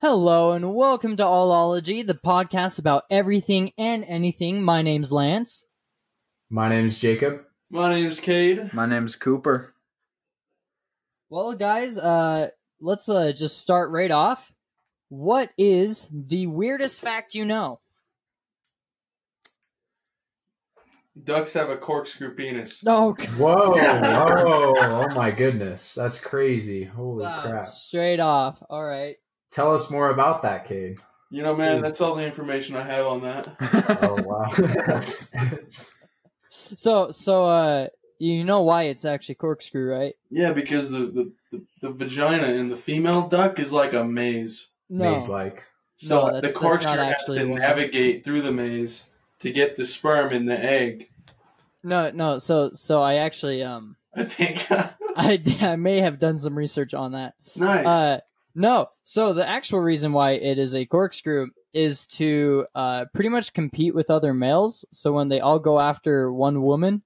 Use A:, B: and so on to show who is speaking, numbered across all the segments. A: Hello and welcome to Allology, the podcast about everything and anything. My name's Lance.
B: My name's Jacob.
C: My name's Cade.
D: My name's Cooper.
A: Well, guys, uh, let's uh, just start right off. What is the weirdest fact you know?
C: Ducks have a corkscrew penis.
A: Oh,
B: Whoa, whoa, oh my goodness. That's crazy. Holy
A: wow,
B: crap.
A: Ah, straight off. All right.
B: Tell us more about that, Cade.
C: You know, man, that's all the information I have on that.
B: Oh, wow.
A: So, so uh, you know why it's actually corkscrew, right?
C: Yeah, because the, the, the, the vagina in the female duck is like a maze.
A: No.
B: He's like,
C: So
A: No, that's-
C: the
A: that's
C: corkscrew
A: not
C: has
A: actually
C: to
A: one.
C: navigate through the maze to get the sperm in the egg.
A: No, no. So, so I actually um,
C: I think.
A: I I may have done some research on that.
C: nice.
A: Uh, no. So the actual reason why it is a corkscrew is to uh, pretty much compete with other males. So when they all go after one woman,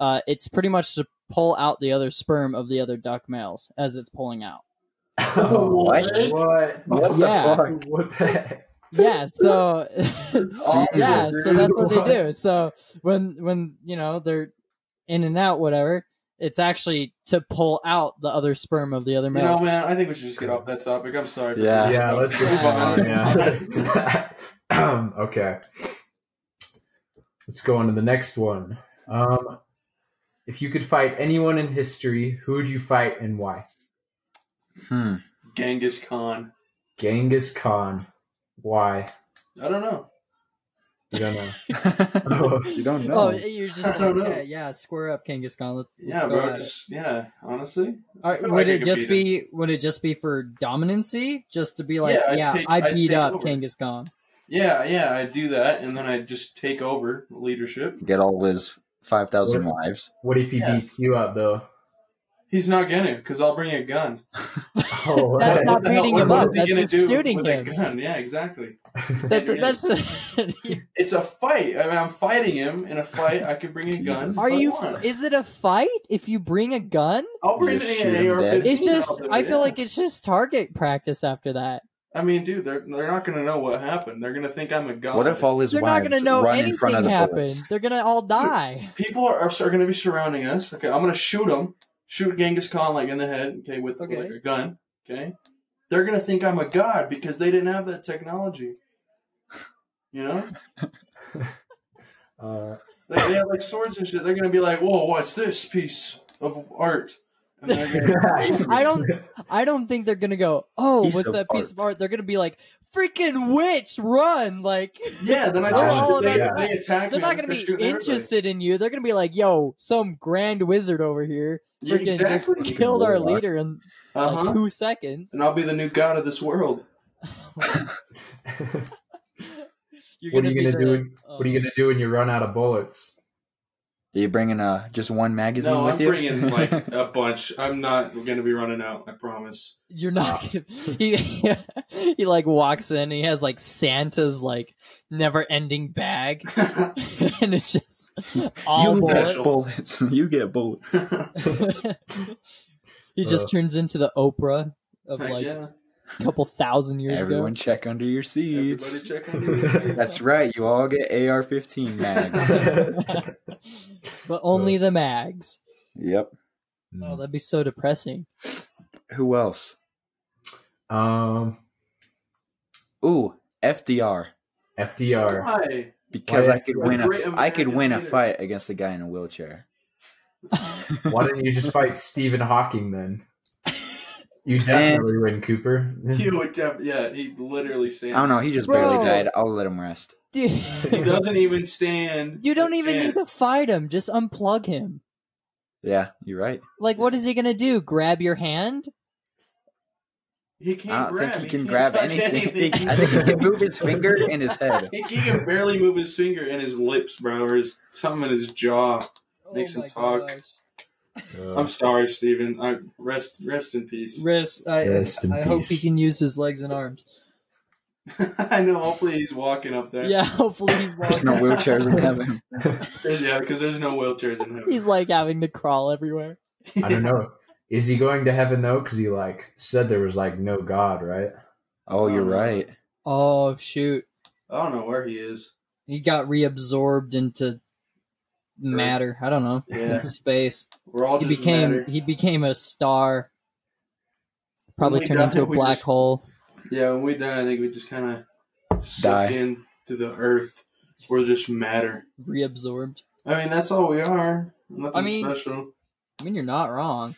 A: uh, it's pretty much to pull out the other sperm of the other duck males as it's pulling out.
B: oh,
D: What?
B: What?
D: What
A: Yeah.
D: the fuck?
B: What the heck?
A: Yeah. So yeah. So that's what they do. So when when you know they're in and out, whatever. It's actually to pull out the other sperm of the other
C: you know,
A: males.
C: man, I think we should just get off that topic. I'm sorry.
D: Yeah.
B: Yeah, let's just
A: Move
B: on. Yeah. Um, okay. Let's go on to the next one. Um, if you could fight anyone in history, who would you fight and why?
D: Hmm.
C: Genghis Khan.
B: Genghis Khan. Why?
C: I don't know.
B: You don't know.
D: you don't know.
A: Oh, you're just
C: I don't
A: like,
C: know.
A: yeah, yeah, square up, Kangaskhan. Let's,
C: Yeah,
A: let's go
C: bro.
A: at it.
C: Just, yeah, honestly.
A: All right,
C: feel
A: would
C: like I
A: it
C: could
A: just
C: beat
A: be would it just be for dominancy? Just to be like,
C: Yeah,
A: yeah,
C: I'd take-
A: I
C: I'd
A: beat
C: take
A: up
C: over.
A: Kangaskhan.
C: Yeah, yeah, I do that, and then I just take over leadership.
D: Get all his five thousand
B: What?
D: wives.
B: What if he
C: Yeah.
B: beats you up though?
C: He's not gonna, because I'll bring a gun.
B: Oh,
A: That's
B: right.
A: not
C: the hell-
A: beating him
C: what
A: up,
C: is he
A: that's
C: gonna
A: just
C: do
A: shooting
C: with
A: him.
C: A gun? Yeah, exactly.
A: That's
C: It
A: that's.
C: It's a fight. I mean, I'm fighting him in a fight. I could bring a gun. if
A: are
C: I
A: you?
C: want.
A: Is it a fight if you bring a gun?
C: I'll bring
D: Just
C: an
D: shoot him
C: AR.
D: dead.
A: It's just. I feel like it's just target practice after that.
C: I mean, dude, they're they're not gonna know what happened. They're gonna think I'm a god.
D: What if all his
A: They're not
D: wives
A: gonna know
D: run in
A: anything
D: front of the
A: happened.
D: bullets?
A: They're gonna all die.
C: people are, are are gonna be surrounding us? Okay, I'm gonna shoot him. Shoot Genghis Khan like in the head. Okay, with
A: Okay.
C: like a gun. Okay, they're gonna think I'm a god because they didn't have that technology. You know,
B: Uh,
C: they, they have like swords and shit. They're gonna be like, "Whoa, what's this piece of art?" And they're gonna
A: I don't. I don't think they're gonna go. Oh,
D: Piece
A: what's
D: of
A: that piece of art? They're gonna be like, freaking witch, run! Like
C: Yeah, then I
B: They're
C: just
B: all
C: they,
B: about-
C: they attack
A: They're
C: me.
A: not going
C: I'm
A: to
C: just
A: be
C: shooting everybody.
A: interested in you. They're going to be like, "Yo, some grand wizard over here
C: Yeah,
A: freaking
C: exactly.
A: just killed our
D: Warlock.
A: leader in like,
B: Uh-huh.
C: Uh huh.
A: two seconds."
C: And I'll be the new god of this world.
A: You're
B: What are you
A: be
B: gonna
A: the, um,
B: do? what are you gonna do when you run out of bullets?
D: Are you bringing uh, just one magazine
C: No,
D: with
C: I'm
D: you?
C: bringing like a bunch. I'm not going to be running out. I promise.
A: You're not going to. He, he like walks in. He has like Santa's like never-ending bag,
C: yeah,
A: and it's just all
D: you
A: bullets.
D: get bullets. you get bullets.
A: he just
B: Uh.
A: turns into the Oprah of like
C: yeah.
A: a couple thousand years
D: Everyone
A: ago.
D: check under your
C: Everybody
D: seats.
C: check on me.
D: That's right. You all get AR-15 mags.
B: Hmm.
A: But
B: Uh.
A: only the mags.
D: yep.
B: Mm.
A: Oh, that'd be so depressing.
D: Who else?
B: um,
D: Ooh, FDR.
B: FDR.
C: Why?
D: Because
B: Why-
D: I could
B: Why
D: win a
C: great
D: I could
C: American
D: win a
C: leader.
D: fight against a guy in a wheelchair.
B: Why didn't you just fight Stephen Hawking then? You definitely win, Cooper.
C: You would def- yeah, he literally
D: I
C: stands.
D: don't know. He just
A: Bro.
D: barely died. I'll let him rest.
A: Dude.
C: He doesn't even stand.
A: You don't
C: a
A: even need to
C: chance.
A: fight him. Just unplug him.
D: Yeah, you're right.
A: Like, what is he gonna do? Grab your hand?
C: He can't
D: I don't
C: grab.
D: think he can
C: can't
D: grab
C: touch
D: anything. I think he can move his finger and his head.
C: He can barely move his finger and his lips, bro, or his, something in his jaw. Makes him
A: my
C: talk.
B: Uh,
C: I'm sorry, Steven. I rest rest in peace.
A: Wrist. I,
B: Rest in
A: I hope he
B: peace.
A: can use his legs and arms.
C: I know. Hopefully, he's walking up there.
A: Yeah, hopefully he
D: There's
A: walks.
D: no wheelchairs in heaven.
C: There's- yeah, because there's no wheelchairs in heaven.
A: He's like having to crawl everywhere.
B: I don't know. Is he going to heaven though? Because he like said there was like no God, right?
D: Oh, you're
C: Um,
D: right.
A: Oh shoot.
C: I don't know where he is.
A: He got reabsorbed into matter. I don't know.
C: Yeah,
A: Space.
C: we're all
A: He
C: just
A: became
C: matter.
A: he became a star. Probably
C: we
A: turned
C: die,
A: into a
C: we
A: black
C: just-
A: hole.
C: Yeah, when we die, I think we just kind of
D: Die.
C: suck in to the earth. We're just matter.
A: Reabsorbed.
C: I mean, that's all we are. Nothing
A: I mean-
C: special.
A: I mean you're not wrong.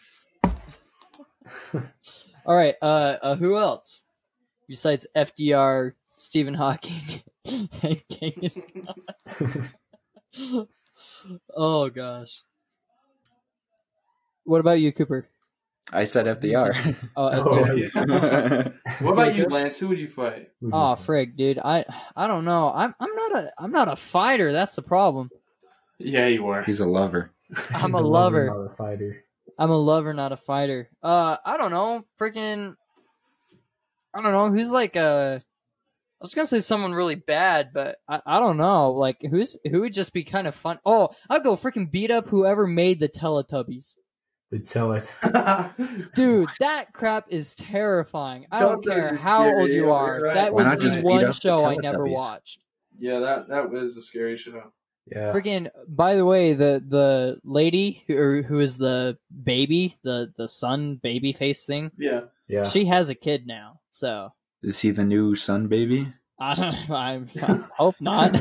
A: All right, uh, uh who else? Besides FDR, Stephen Hawking, and Genghis oh gosh. What about you, Cooper?
D: I said FDR.
A: Oh,
B: Oh.
A: FDR.
C: What about you, Lance? Who would you fight?
A: oh frig, dude. I I don't know. I'm I'm not a I'm not a fighter. That's the problem.
C: Yeah, you are.
D: He's a lover.
A: I'm
B: He's
A: a lover.
B: not a fighter.
A: I'm a lover, not a fighter. Uh, I don't know. Freaking, I don't know who's like uh I was gonna say someone really bad, but I, I don't know. Like who's who would just be kind of fun. Oh, I'd go freaking beat up whoever made the Teletubbies.
B: They tell it.
A: Dude, that crap is terrifying. I don't
C: Teletubbies
A: care
C: are
A: how
C: scary,
A: old you
C: yeah,
A: are.
C: you're right.
A: That
D: Why
A: was
D: not just
A: the
D: beat up
A: one
D: the
A: show I never
D: Teletubbies?
A: watched.
C: yeah, that that was a scary show.
B: Yeah.
A: Freaking! By the way, the the lady who or who is the baby, the the son baby face thing,
C: Yeah,
B: Yeah.
A: she has a kid now. So
D: Is he the new sun baby?
A: I don't. I'm, I hope not.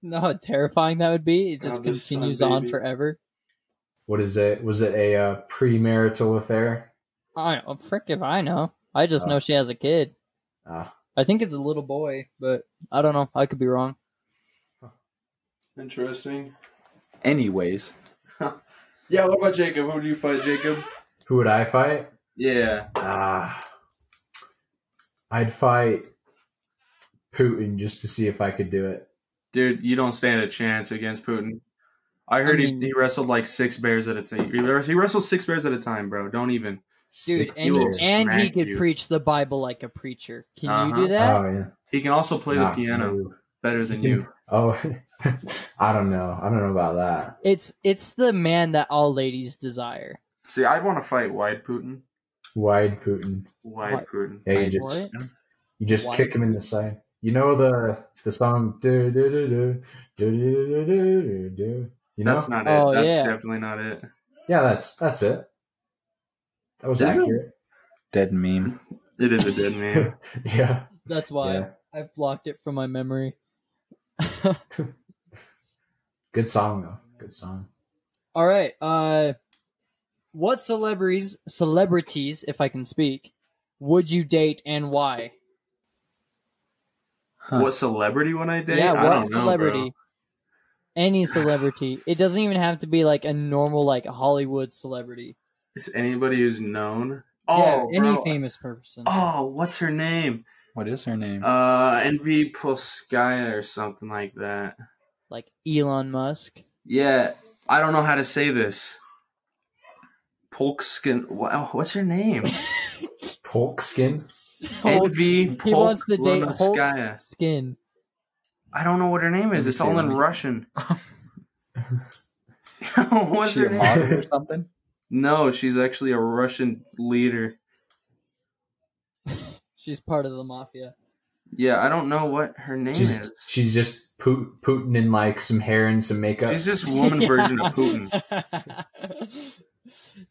A: no, how terrifying that would be. It just
C: God, Oh, this son
A: continues on
C: baby.
A: forever.
B: What is it? Was it a uh, premarital affair?
A: I oh, frick if I know. I just
B: Oh.
A: know she has a kid.
B: Ah,
A: I think it's a little boy, but I don't know. I could be wrong.
C: interesting.
D: Anyways,
C: Yeah, what about Jacob? Who would you fight, Jacob?
B: who would I fight?
C: Yeah,
B: Ah, I'd fight Putin just to see if I could do it.
C: dude, you don't stand a chance against Putin. I heard
A: mean-
C: he, he wrestled like six bears at a time. He wrestled six bears at a time, bro. Don't even.
A: Dude,
B: Six
A: and,
C: will
A: he,
B: years.
A: and he
C: smack
A: could
C: you.
A: preach the Bible like a preacher. Can you
C: Uh-huh.
A: do that?
B: oh yeah,
C: He can also play
B: Nah,
C: the piano
B: no.
C: better than you.
B: Oh, I don't know. I don't know about that.
A: It's it's the man that all ladies desire.
C: See, I'd want to fight wide Putin.
B: Wide Putin.
C: Wide
A: What?
C: Putin.
B: Yeah, you
D: Wide
B: just
A: What?
B: you just
A: Wide
B: kick him in the side. You know the the song. Do, do, do, do, do, do, do, do, do, do. You know?
C: That's not it.
A: Oh,
C: That's
A: yeah.
C: definitely not it.
B: yeah, that's that's it. That was
C: Is it?
B: accurate.
D: dead meme.
C: It is a dead man.
B: Yeah.
A: That's why
B: Yeah.
A: I've blocked it from my memory.
B: Good song though. Good song.
A: All right. Uh, what celebrities, celebrities, if I can speak, would you date and why?
D: Huh.
C: What celebrity would I date?
A: yeah,
C: I
A: what
C: don't know,
A: celebrity?
C: bro.
A: Any celebrity. it doesn't even have to be like a normal, like Hollywood celebrity.
C: Is anybody who's known?
A: yeah,
C: Oh,
A: any
C: bro.
A: famous person.
C: Oh, what's her name?
D: What is her name?
C: Uh, Envy Polskaya or something like that.
A: Like Elon Musk.
C: Yeah, I don't know how to say this. Polkskin. Wow, what's her name?
B: Polk skin.
C: Envy
A: He wants to date
C: Polskaya.
A: Hulk's skin.
C: I don't know what her name
D: Let
C: is.
D: me
C: It's
D: see,
C: all
D: let
C: in
D: me-
C: Russian. what's
D: Is she
C: her
D: a
C: name?
D: model or something?
C: No, she's actually a Russian leader.
A: She's part of the mafia.
C: Yeah, I don't know what her name
B: She's
C: is.
B: she's just Pu- Putin in like some hair and some makeup.
C: She's just woman version of Putin.
A: Putin.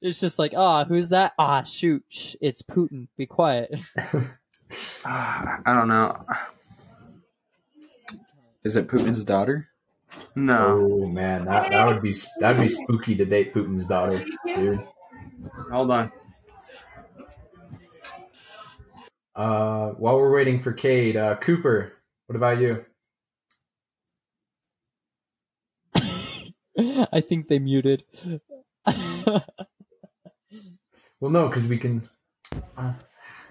A: it's just like, ah, who's that? Ah, shoot, shh, it's Putin. Be quiet.
C: Ah, I don't know.
D: Is it Putin's daughter?
C: No.
B: Oh man, that, that would be s- that'd be spooky to date Putin's daughter, dude.
D: Oh.
C: Hold on.
B: Uh, while we're waiting for Cade, uh, Cooper, what about you?
A: I think they muted.
B: Well, no, because we can.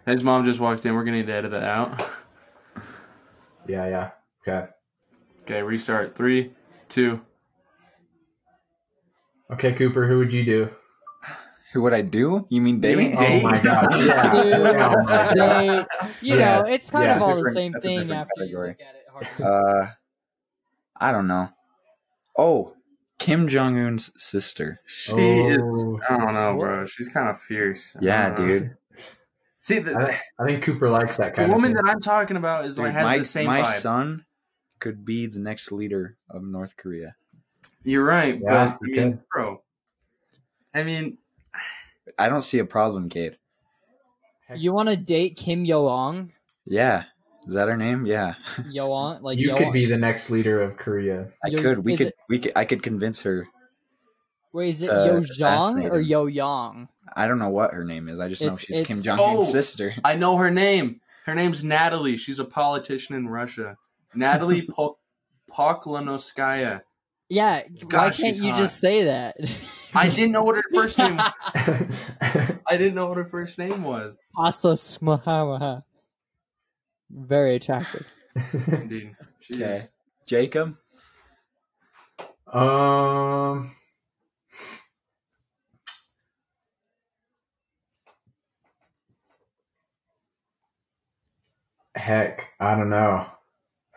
C: His mom just walked in. We're going to need to edit that out.
B: Yeah, yeah. Okay,
C: Okay, restart. Three, two.
B: okay, Cooper, who would you do?
D: Who would I do? You mean
C: You
D: date?
C: mean
B: Oh my god, yeah.
A: Dude.
B: yeah, oh my God.
A: they, you know,
B: Yeah.
A: it's kind
B: Yeah.
A: of all the
D: Different-
A: same
D: that's a
A: thing
D: different
A: after
D: category.
A: you look at it. hard.
D: Uh, I don't know. Oh, Kim Jong Un's sister.
C: She
B: Oh.
C: is. I don't know, bro. She's kind of fierce. I
D: Yeah,
C: don't know.
D: dude.
C: See, the, the
B: I think Cooper likes that kind
C: woman
B: of thing.
C: that I'm talking about is like
D: Dude,
C: has
D: my
C: the same
D: my
C: vibe.
D: son could be the next leader of North Korea.
C: You're right,
B: Yeah,
C: but I
B: you
C: mean,
B: can.
C: bro. I mean,
D: I don't see a problem, Cade.
A: You want to date Kim Yo Ong?
D: Yeah. Is that her name? Yeah.
A: Yo Ong, like
B: you
A: Yo
B: could
A: Ong-
B: be the next leader of Korea.
D: I
A: Yo-
D: could. We
A: is
D: could
A: it-
D: we could I could convince her.
A: Wait, is it
D: uh,
A: Yo Jong
D: assassinate
A: or
D: him.
A: Yo Yang?
D: I don't know what her name is. I just know
A: It's-
D: she's Kim
A: it's-
D: Jong Un's
C: Oh!
D: sister.
C: I know her name. Her name's Natalie. She's a politician in Russia. Natalie Pok- Poklonskaya.
A: Yeah, why
C: Gosh,
A: can't
C: she's
A: you
C: hot.
A: just say that?
C: I didn't know what her first name.
B: I
C: I didn't know what her first name was.
A: Pasta Smaha. Very attractive.
C: Indeed. She
D: Okay.
C: is.
D: Jacob?
B: Um, heck, I don't know.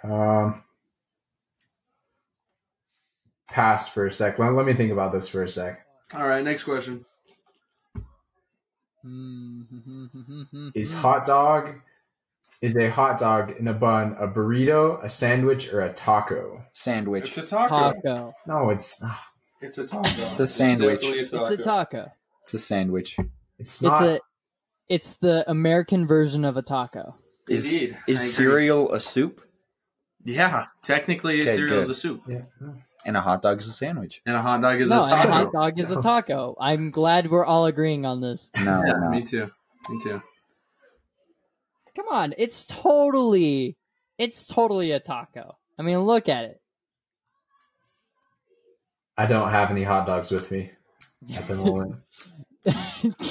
B: Um, pass for a sec. Let, let me think about this for a sec.
C: All right. Next question.
A: Mm-hmm.
B: Is
A: Mm. Hmm.
B: hot dog is a hot dog in a bun a burrito, a sandwich, or a taco?
D: Sandwich.
C: It's a taco.
A: taco?
B: No, it's not.
C: It's a taco.
D: The
C: It's
D: sandwich.
C: definitely
A: It's a taco.
D: It's a sandwich.
A: It's
B: It's not.
A: a. It's the American version of a taco.
D: Is-
C: Indeed. I agree.
D: Is cereal a soup?
C: Yeah, technically, a
D: Okay,
C: cereal
D: good.
C: is a soup,
B: yeah.
D: And a hot dog is a sandwich.
C: and a hot dog is
A: no,
C: a
A: and
C: taco.
A: hot dog is a taco. I'm glad we're all agreeing on this.
D: No,
C: Yeah,
D: no.
C: me too. Me too.
A: Come on, it's totally, it's totally a taco. I mean, look at it.
B: I don't have any hot dogs with me at the moment.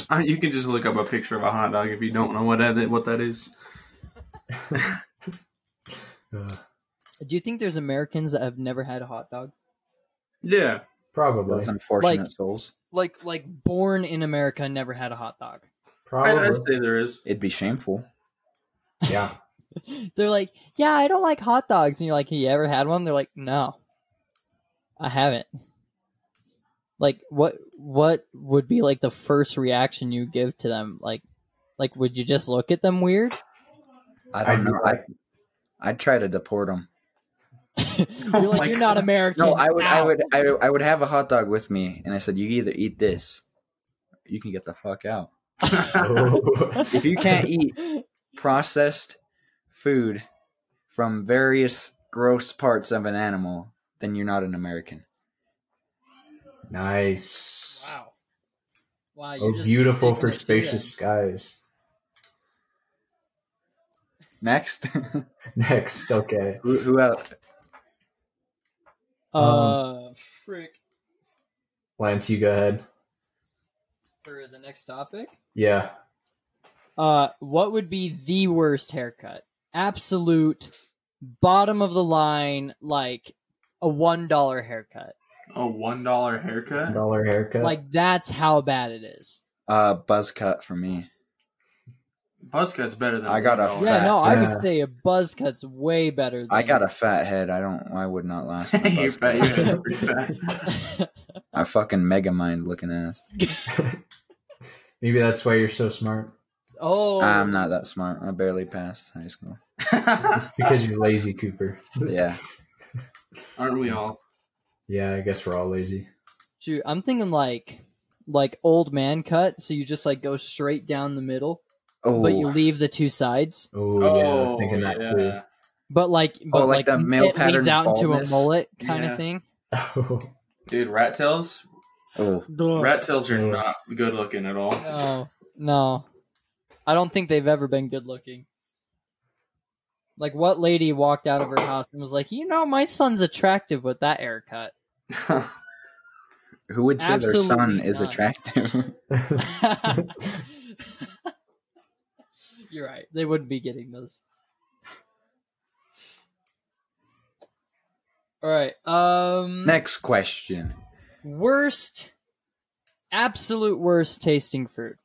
C: Uh, You can just look up a picture of a hot dog if you don't know what that what that is.
B: Ugh.
A: Do you think there's Americans that have never had a hot dog?
C: Yeah,
B: Probably.
D: Those unfortunate
A: Like-
D: souls.
A: Like, like born in America, and never had a hot dog.
C: I'd,
B: Probably.
C: I'd say there is.
D: It'd be shameful.
B: Yeah.
A: They're like, yeah, I don't like hot dogs, and you're like, have you ever had one? They're like, no, I haven't. Like, what what would be like the first reaction you give to them? Like, like would you just look at them weird?
D: I
B: I'd
D: don't
B: be
D: know.
B: like-
D: I, I'd try to deport them.
A: you're
C: Oh my
A: like, you're not
C: God.
A: American.
D: No, I would, I
A: Ow."
D: would, I would, I would have a hot dog with me, and I said, "You either eat this, or you can get the fuck out.
B: Oh.
D: If you can't eat processed food from various gross parts of an animal, then you're not an American."
B: nice.
A: Wow. Wow, you're
B: Oh,
A: just
B: beautiful
A: sticking
B: for
A: it to them.
B: spacious skies.
D: Next,
B: Next, okay.
D: who, who else?
A: Uh,
B: Um,
A: frick.
B: Lance, you go ahead.
A: For the next topic.
B: Yeah.
A: Uh, what would be the worst haircut? Absolute bottom of the line, like a one dollar haircut.
C: A one dollar haircut.
B: Dollar haircut.
A: Like that's how bad it is.
D: Uh, buzz cut for me.
C: Buzz cut's better than
D: I got a
C: $1.
A: Yeah, no, I would
B: Yeah.
A: say a buzz cut's way better. Than
D: I got a fat head. I don't. I would not last. in a
C: You're
D: buzz
C: fat.
D: cut.
C: Your head's pretty fat.
D: I fucking mega mind looking ass.
B: Maybe that's why you're so smart.
A: oh,
D: I'm not that smart. I barely passed high school.
B: Because you're lazy, Cooper.
D: Yeah.
C: Aren't we all?
B: Yeah, I guess we're all lazy.
A: shoot, I'm thinking like like old man cut. So you just like go straight down the middle,
D: Oh,
A: but you leave the two sides.
B: Oh, yeah, I was thinking that too.
A: But like, but
D: Oh, like that male
A: it leads
D: pattern
A: out into a
D: baldness?
A: mullet kind
C: Yeah.
A: of thing.
B: Oh,
C: Dude, rat tails.
D: oh,
C: Rat tails are not good looking at all.
A: No, no. I don't think they've ever been good looking. Like, what lady walked out of her house and was like, you know, my son's attractive with that haircut?
D: who would say
A: Absolutely
D: their son is
A: not.
D: attractive?
A: You're right. They wouldn't be getting those. All right. Um,
D: Next question.
A: worst, absolute worst tasting fruit.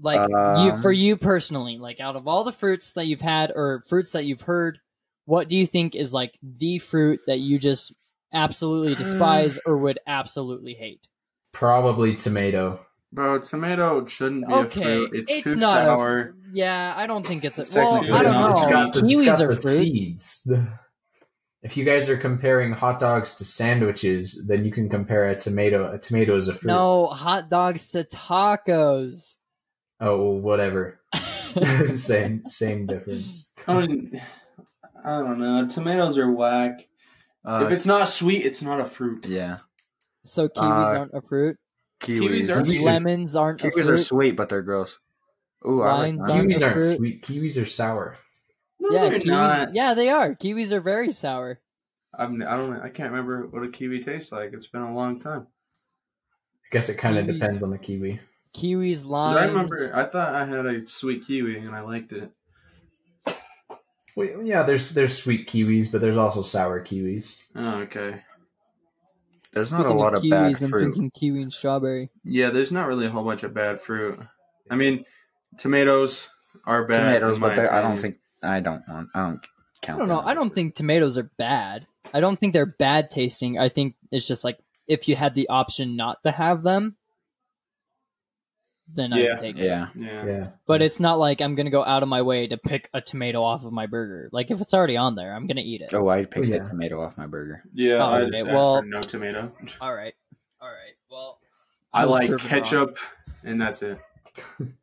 A: Like you
D: Um,
A: for you personally, like out of all the fruits that you've had or fruits that you've heard, what do you think is like the fruit that you just absolutely despise or would absolutely hate?
B: probably tomato.
C: Bro, tomato shouldn't be
A: okay,
C: a fruit. It's, too
A: not a-
C: sour.
A: yeah, I don't think it's a.
D: It's
A: Well,
D: actually
A: Oh, I
D: good.
A: don't
D: It's
A: know.
D: got
A: Kiwis
B: it's got
A: are
B: the
A: fruits.
B: seeds. If you guys are comparing hot dogs to sandwiches, then you can compare a tomato. A tomato is a fruit.
A: No, hot dogs to tacos.
B: Oh, well, whatever. same, same difference.
C: I, mean, I don't know. Tomatoes are whack. if
D: Uh,
C: it's not sweet, it's not a fruit.
D: yeah,
A: so kiwis
D: Uh,
A: aren't a fruit.
D: kiwis.
C: Kiwis are-
D: kiwis, are,
A: Lemons aren't a
D: kiwis
A: fruit.
D: are sweet, but they're gross. Ooh, I like
A: Lines
D: that.
A: are-
B: Kiwis
A: a
B: aren't
A: fruit.
B: sweet. Kiwis are sour.
C: No,
A: yeah,
C: they're
A: kiwis,
C: not.
A: yeah, they are. Kiwis are very sour.
C: I'm, I don't. I can't remember what a kiwi tastes like. It's been a long time.
B: I guess it kind of
A: Kiwis.
B: depends on the kiwi.
A: Kiwis,
C: 'Cause
A: limes.
C: I remember. I thought I had a sweet kiwi and I liked it.
B: Well, yeah, there's there's sweet kiwis, but there's also sour kiwis.
C: Oh, okay.
D: There's not a
A: Speaking
D: lot of bad
A: kiwis, I'm
D: fruit.
A: thinking kiwi and strawberry.
C: Yeah, there's not really a whole bunch of bad fruit. I mean, tomatoes are bad.
D: Tomatoes,
C: in my
D: but they're- I don't
C: opinion.
D: think I don't want. I don't count.
A: I don't know.
D: them.
A: I don't think tomatoes are bad. I don't think they're bad tasting. I think it's just like if you had the option not to have them, then I
C: Yeah.
A: would take it.
D: Yeah,
C: Yeah.
B: Yeah,
A: But it's not like I'm gonna go out of my way to pick a tomato off of my burger. Like if it's already on there, I'm gonna eat it.
D: Oh, I picked
B: yeah.
D: the tomato off my burger.
C: Yeah,
A: Oh,
C: I'd
A: okay,
C: ask
A: well-
C: for no tomato.
A: All right, all right. Well,
C: I
A: was
C: like
A: proven
C: ketchup, and that's it.
A: wrong.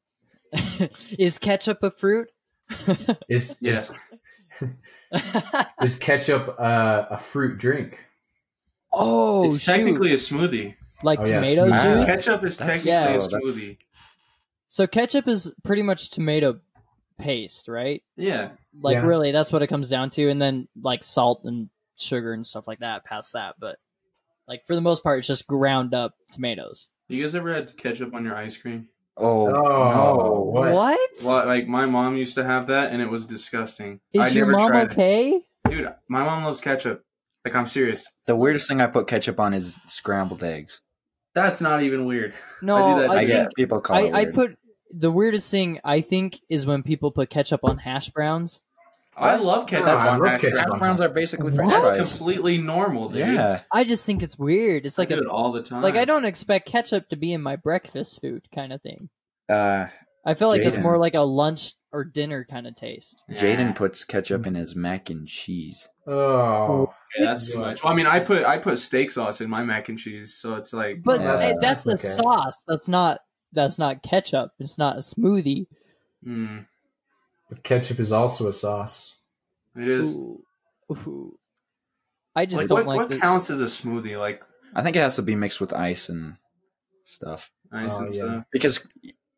A: Is ketchup a fruit?
B: is
C: Yes.
B: is, is ketchup uh, a fruit drink?
A: oh,
C: it's
A: shoot.
C: technically a smoothie.
A: like
B: Oh, yeah,
A: tomato
B: smoothie.
A: juice.
B: Wow.
C: Ketchup is
D: That's-
C: technically
A: yeah.
C: a
D: Oh, that's-
C: smoothie.
A: So ketchup is pretty much tomato paste, right?
C: Yeah.
A: Like
B: Yeah.
A: really, that's what it comes down to, and then like salt and sugar and stuff like that. Past that, but like for the most part, it's just ground up tomatoes.
C: You guys ever had ketchup on your ice cream?
D: Oh,
B: Oh,
D: no.
B: What?
C: Well, like my mom used to have that, and it was disgusting.
A: Is
C: I
A: your
C: never
A: mom
C: tried
A: okay?
C: it, dude. My mom loves ketchup. Like I'm serious.
D: The weirdest thing I put ketchup on is scrambled eggs.
C: That's not even weird.
A: No,
C: I do that
A: I,
D: I,
C: too.
A: think
D: get people call
A: I,
D: it
A: I
D: weird.
A: put the weirdest thing I think is when people put ketchup on hash browns.
C: I love ketchup
B: Nah, I
C: on
B: love
C: hash
B: ketchup.
C: browns.
D: hash browns are basically French
A: What?
C: That's
D: fries.
C: completely normal, dude.
D: Yeah,
A: I just think it's weird. It's
C: I
A: like
C: do
A: a
C: it all the time.
A: like I don't expect ketchup to be in my breakfast food kind of thing.
D: uh,
A: I feel like it's
D: Jaden.
A: more like a lunch or dinner kind of taste.
C: Yeah.
D: Jaden puts ketchup in his mac and cheese.
B: Oh,
C: Yeah, that's too much. Well, I mean, I put I put steak sauce in my mac and cheese, so it's like
A: But
D: Yeah,
A: eh, that's,
B: that's
A: the
B: okay.
A: sauce. That's not that's not ketchup. It's not a smoothie.
C: hmm,
B: but ketchup is also a sauce.
C: it is.
A: Ooh. Ooh. I just
C: Like,
A: don't
C: what
A: like
C: what
A: the-
C: counts as a smoothie? Like
D: I think it has to be mixed with ice and stuff
C: ice
B: Oh,
C: and
B: yeah.
C: stuff.
D: because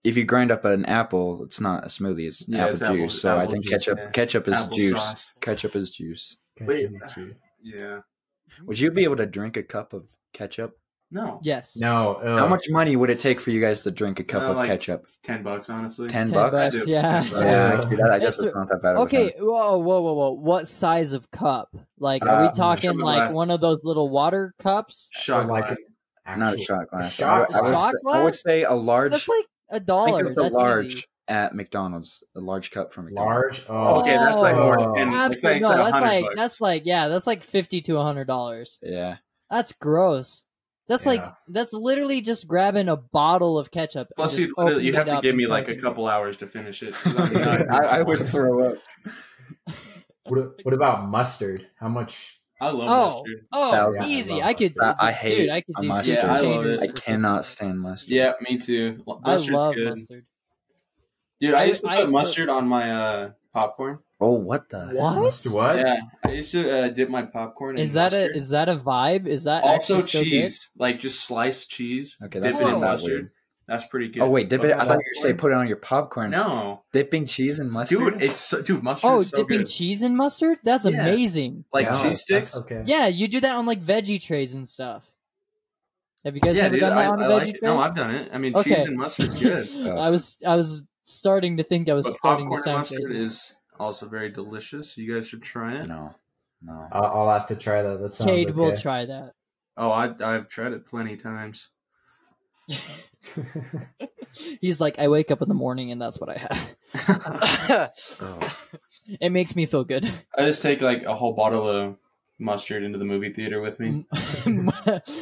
D: if you grind up an apple, it's not a smoothie; it's
C: Yeah,
D: apple
C: it's apple-
D: juice. so I
C: apple
D: think
C: juice,
D: ketchup
C: yeah.
D: ketchup is
C: Apple
D: juice.
C: sauce.
D: Ketchup is juice.
B: Ketchup
C: Wait. uh,
B: is sweet.
C: Yeah.
D: Would you be able to drink a cup of ketchup?
C: No.
A: Yes.
B: No, ugh.
D: How much money would it take for you guys to drink a cup
C: Uh,
D: of
C: like
D: ketchup?
C: Ten bucks, honestly.
D: Ten,
A: Ten
D: bucks.
A: bucks, yeah.
C: Ten bucks.
D: Yeah,
B: Yeah.
D: actually, that- I guess
A: That's
D: it's not that bad. of a
A: Okay,
D: thing.
A: whoa, whoa, whoa, whoa. What size of cup? Like, are
D: Uh,
A: we talking
C: sugar
A: like
C: glass.
A: one of those little water cups?
C: Shot
B: Or like
C: glass.
B: an
D: not a
B: actual-
D: shot glass.
B: shot
D: I, would- I would
A: glass?
D: say-
A: Shot
D: I would say a large.
A: That's like a
D: think
A: dollar.
D: of the
A: That's
D: large
A: easy.
D: at McDonald's, a large cup from McDonald's.
B: large. Oh,
C: okay, that's like more than ten.
A: Absolutely.
C: It's like,
A: no, that's
C: 100
A: like
C: bucks.
A: that's like yeah, that's like fifty to hundred dollars.
D: Yeah,
A: That's gross. That's like
B: Yeah.
A: that's literally just grabbing a bottle of ketchup. and
C: Plus,
A: just
C: you literally- you
A: opening
C: have
A: it
C: to
A: up
C: give
A: and
C: me like a
A: smoking it.
C: couple hours to finish it. 'cause I'm
D: I,
C: not-
D: I would throw up.
B: What, what about mustard? How much?
C: I love
A: Oh,
C: mustard.
A: oh,
B: Thousand.
A: easy. I could.
D: I- I
A: Dude,
D: hate
A: I could do
D: mustard.
C: Yeah, I love
A: containers
D: I
C: it.
A: for-
D: cannot stand mustard.
C: Yeah, me too. L-
A: I
C: Mustard's
A: love
C: good,
A: mustard.
C: dude. I
A: I-
C: used to
A: I
C: put
A: put-
C: mustard on my uh, popcorn.
D: Oh, what the? heck?
A: What?
B: Mustard, What?
C: Yeah, I used to uh, dip my popcorn.
A: Is
C: in
A: that
C: mustard.
A: a is that a vibe? Is that
C: also
A: actually still good?
C: cheese? Like just sliced cheese.
D: Okay,
C: dip
D: that's
C: it
A: not
C: in
A: that
C: mustard.
D: weird.
C: That's pretty good.
D: Oh wait, dip it. I
C: But
D: thought you were saying put it on your popcorn.
C: no,
D: dipping cheese in mustard.
C: dude. It's so, dude. Mustard
A: Oh,
C: is so
A: dipping
C: good.
A: cheese in mustard? That's
C: Yeah.
A: amazing.
C: like
B: No,
C: cheese sticks.
B: Oh, that's Okay.
A: Yeah, you do that on like veggie trays and stuff. Have you guys
C: yeah,
A: ever
C: dude.
A: done that
C: I,
A: on a
C: I
A: veggie
C: like it.
A: tray?
C: No, I've done it. I mean,
A: Okay.
C: cheese and mustard's good.
A: I was I was starting to think I was
C: But
A: starting to
C: popcorn and
A: sound
C: mustard
A: crazy.
C: is also very delicious. You guys should try it.
D: no, no.
B: I'll, I'll have to try that. That sounds
A: Cade
B: okay.
A: will try that.
C: Oh, I, I've tried it plenty times.
A: He's like, I wake up in the morning and that's what I have.
D: Oh.
A: it makes me feel good.
C: I just take like a whole bottle of mustered into the movie theater with me.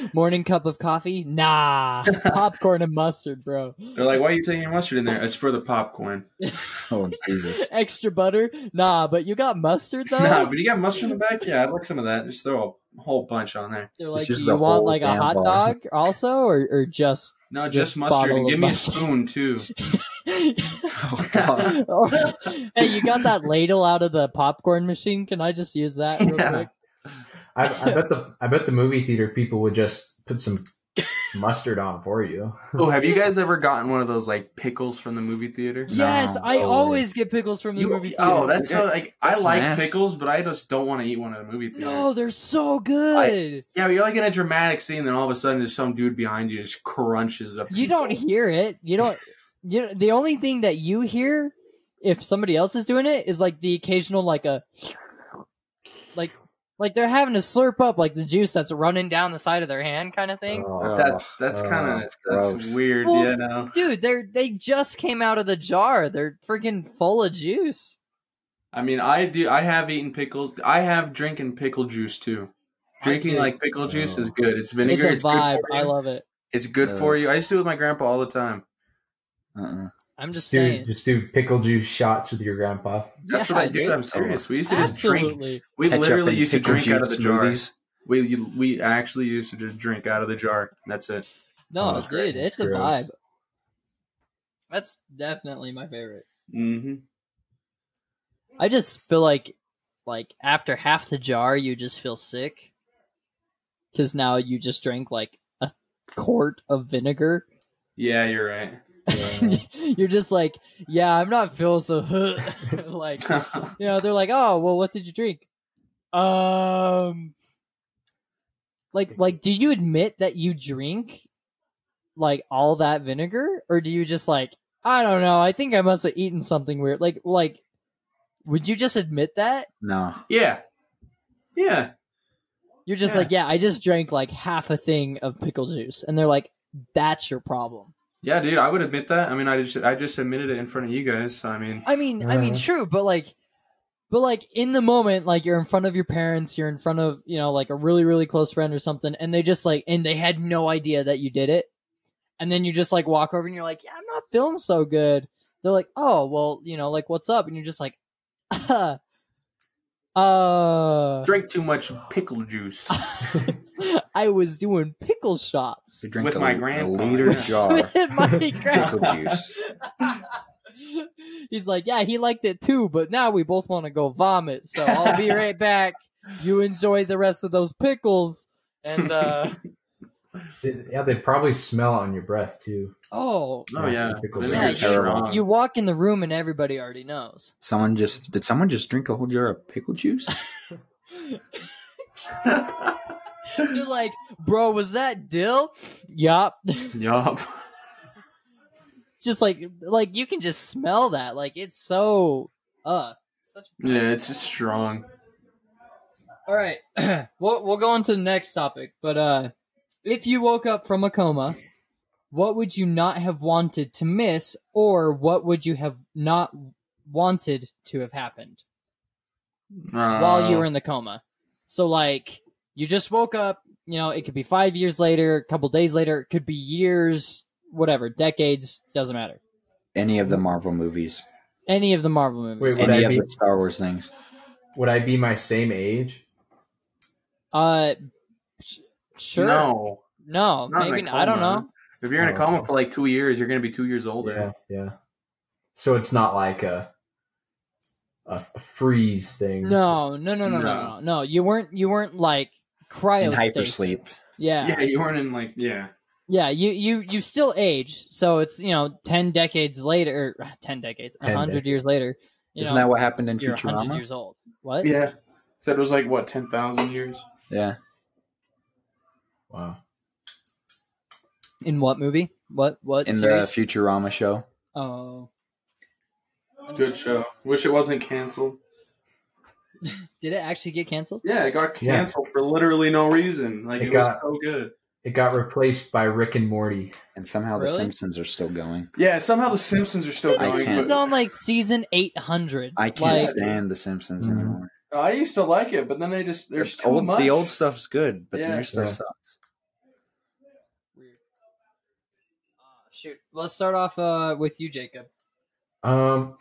A: Morning cup of coffee? Nah, popcorn and mustard, bro.
C: They're like, why are you taking your mustard in there? It's for the popcorn.
D: Oh Jesus!
A: Extra butter? Nah, but you got mustard though.
C: Nah, but you got mustard in the back? Yeah, I'd like some of that. Just throw a whole bunch on there.
A: They're like, do
D: just
A: you
D: a
A: want
D: whole
A: like a
D: damn
A: hot
D: bar."
A: dog also, or, or just?
C: No,
A: Just
C: just mustard.
A: bottle
C: And
A: of
C: give me a
A: mustard.
C: spoon, too.
D: Oh God!
A: hey, you got that ladle out of the popcorn machine? Can I just use that real
C: Yeah.
A: quick?
B: I, I bet the I bet the movie theater people would just put some mustard on for you.
C: Oh, have you guys ever gotten one of those like pickles from the movie theater?
A: Yes,
D: Nah,
A: I
D: no way.
A: always get pickles from the
C: You-
A: movie theater.
C: oh, that's so like I
D: That's
C: like
D: nasty.
C: pickles, but I just don't want to eat one at a movie theater.
A: no, they're so good.
C: Yeah, but you're like in a dramatic scene, then all of a sudden there's some dude behind you just crunches up.
A: You don't hear it. You don't. You know, the only thing that you hear if somebody else is doing it is like the occasional like a like like they're having to slurp up like the juice that's running down the side of their hand kind of thing.
B: Oh,
C: That's that's
B: oh,
C: kind of that's
D: gross.
C: weird.
A: Well,
C: yeah, no.
A: Dude, they're they just came out of the jar. They're freaking full of juice.
C: I mean, I do. I have eaten pickles. I have drinking pickle juice too. Drinking
A: do.
C: like pickle juice is
B: Oh.
C: good. It's vinegar.
A: it's a
C: It's, good
A: vibe.
C: for you.
A: I love it.
C: it's good
D: Ugh.
C: for you. I used to do it with my grandpa all the time.
D: Uh-uh.
A: I'm just
B: Dude,
A: saying.
B: just do pickle juice shots with your grandpa.
C: That's
A: Yeah,
C: what I do.
A: dude.
C: I'm serious. We used to just drink.
A: Absolutely.
C: We
D: Ketchup
C: literally
D: and
C: used to
D: pickle
C: drink out of
D: juice
C: the jar.
D: smoothies.
C: We you- we actually used to just drink out of the jar. That's it.
A: No,
B: Oh,
A: dude,
B: it's great.
A: it's a
B: Gross.
A: vibe. That's definitely my favorite.
C: Mm-hmm.
A: I just feel like, like after half the jar, you just feel sick because now you just drank like a quart of vinegar.
C: Yeah, you're right.
A: You're just like, yeah, I'm not feeling so like, you know, they're like, oh, well, what did you drink? Um, like, like, do you admit that you drink like all that vinegar, or do you just like, I don't know, I think I must have eaten something weird. Like, like, would you just admit that?
D: No.
C: yeah, yeah.
A: You're just
C: Yeah.
A: like, yeah, I just drank like half a thing of pickle juice, and they're like, that's your problem.
C: Yeah, dude, I would admit that. I mean, I just I just admitted it in front of you guys. So I mean,
A: I mean, I mean,
B: Uh-huh.
A: true, but like, but like in the moment, like you're in front of your parents, you're in front of you know like a really really close friend or something, and they just like, and they had no idea that you did it, and then you just like walk over and you're like, yeah, I'm not feeling so good. They're like, oh well, you know, like what's up? And you're just like, uh, uh
C: drank too much pickle juice.
A: I was doing pickle shots.
D: We drink
C: With
D: a,
C: my
D: a
C: grandpa,
D: liter
C: yeah.
D: jar
A: It might be great.
D: pickle juice.
A: He's like, yeah, he liked it too, but now we both want to go vomit. So I'll be right back. You enjoy the rest of those pickles. And uh
B: Yeah, they probably smell on your breath too.
A: oh,
C: Oh yeah,
B: Pickle
A: Yeah,
C: Vinegar's
A: you-
C: strong.
A: you walk in the room and everybody already knows.
D: Someone just did. Someone just drink a whole jar of pickle juice.
A: You're like, bro, was that dill? Yup.
C: yup.
A: just like, like you can just smell that. Like it's so, uh, such.
C: Yeah, it's just strong.
A: All right, we'll we'll go on to the next topic. But uh, if you woke up from a coma, what would you not have wanted to miss, or what would you have not wanted to have happened while
C: Uh.
A: you were in the coma? So like, you just woke up. You know, it could be five years later, a couple days later, it could be years, whatever, decades, doesn't matter.
D: Any of the Marvel movies.
A: Any of the Marvel movies.
B: Wait, Would
D: any
B: I
D: of
B: be-
D: the Star Wars things.
B: Would I be my same age?
A: Uh, sh- sure.
C: Uh, No,
A: no,
C: not in
A: maybe
C: a
A: I don't
C: coma.
A: know.
C: If you're in a
B: Oh.
C: coma for like two years, you're gonna be two years older.
B: Yeah, yeah. So it's not like a a freeze thing.
A: No, no, no, no, no,
C: No.
A: no, no. You weren't. You weren't like
D: In
A: cryostasis.
D: hypersleep.
A: Yeah. yeah,
C: Yeah, you weren't in like yeah.
A: You you you still age. So it's you know ten decades later, or ten decades, a
B: Ten
A: hundred years later. You
D: Isn't
A: know,
D: that what happened in
A: you're a hundred
D: Futurama?
A: years old? What?
C: Yeah. So it was like what, ten thousand years?
D: Yeah.
B: Wow.
A: In what movie? What what
D: In the
A: series?
D: Futurama show.
A: oh,
C: Good show. Wish it wasn't canceled.
A: did it actually get canceled?
C: Yeah, it got
B: Yeah.
C: canceled for literally no reason. Like
B: It
C: it,
B: got-
C: was so good.
B: It got replaced by Rick and Morty.
D: And somehow
A: Really?
D: the Simpsons are still going.
C: Yeah, somehow the Simpsons are still
A: Simpsons
C: going.
D: can't.
A: is
C: but-
A: on like season eight hundred.
D: I can't
A: Like,
D: stand the Simpsons
B: Mhm.
D: anymore.
C: I used to like it, but then they just there's
D: the
C: too
D: old,
C: much.
D: The old stuff's good, but
C: Yeah.
D: the new stuff
B: Yeah.
D: sucks.
A: Weird. Uh, shoot, let's start off uh, with you, Jacob.
B: Um.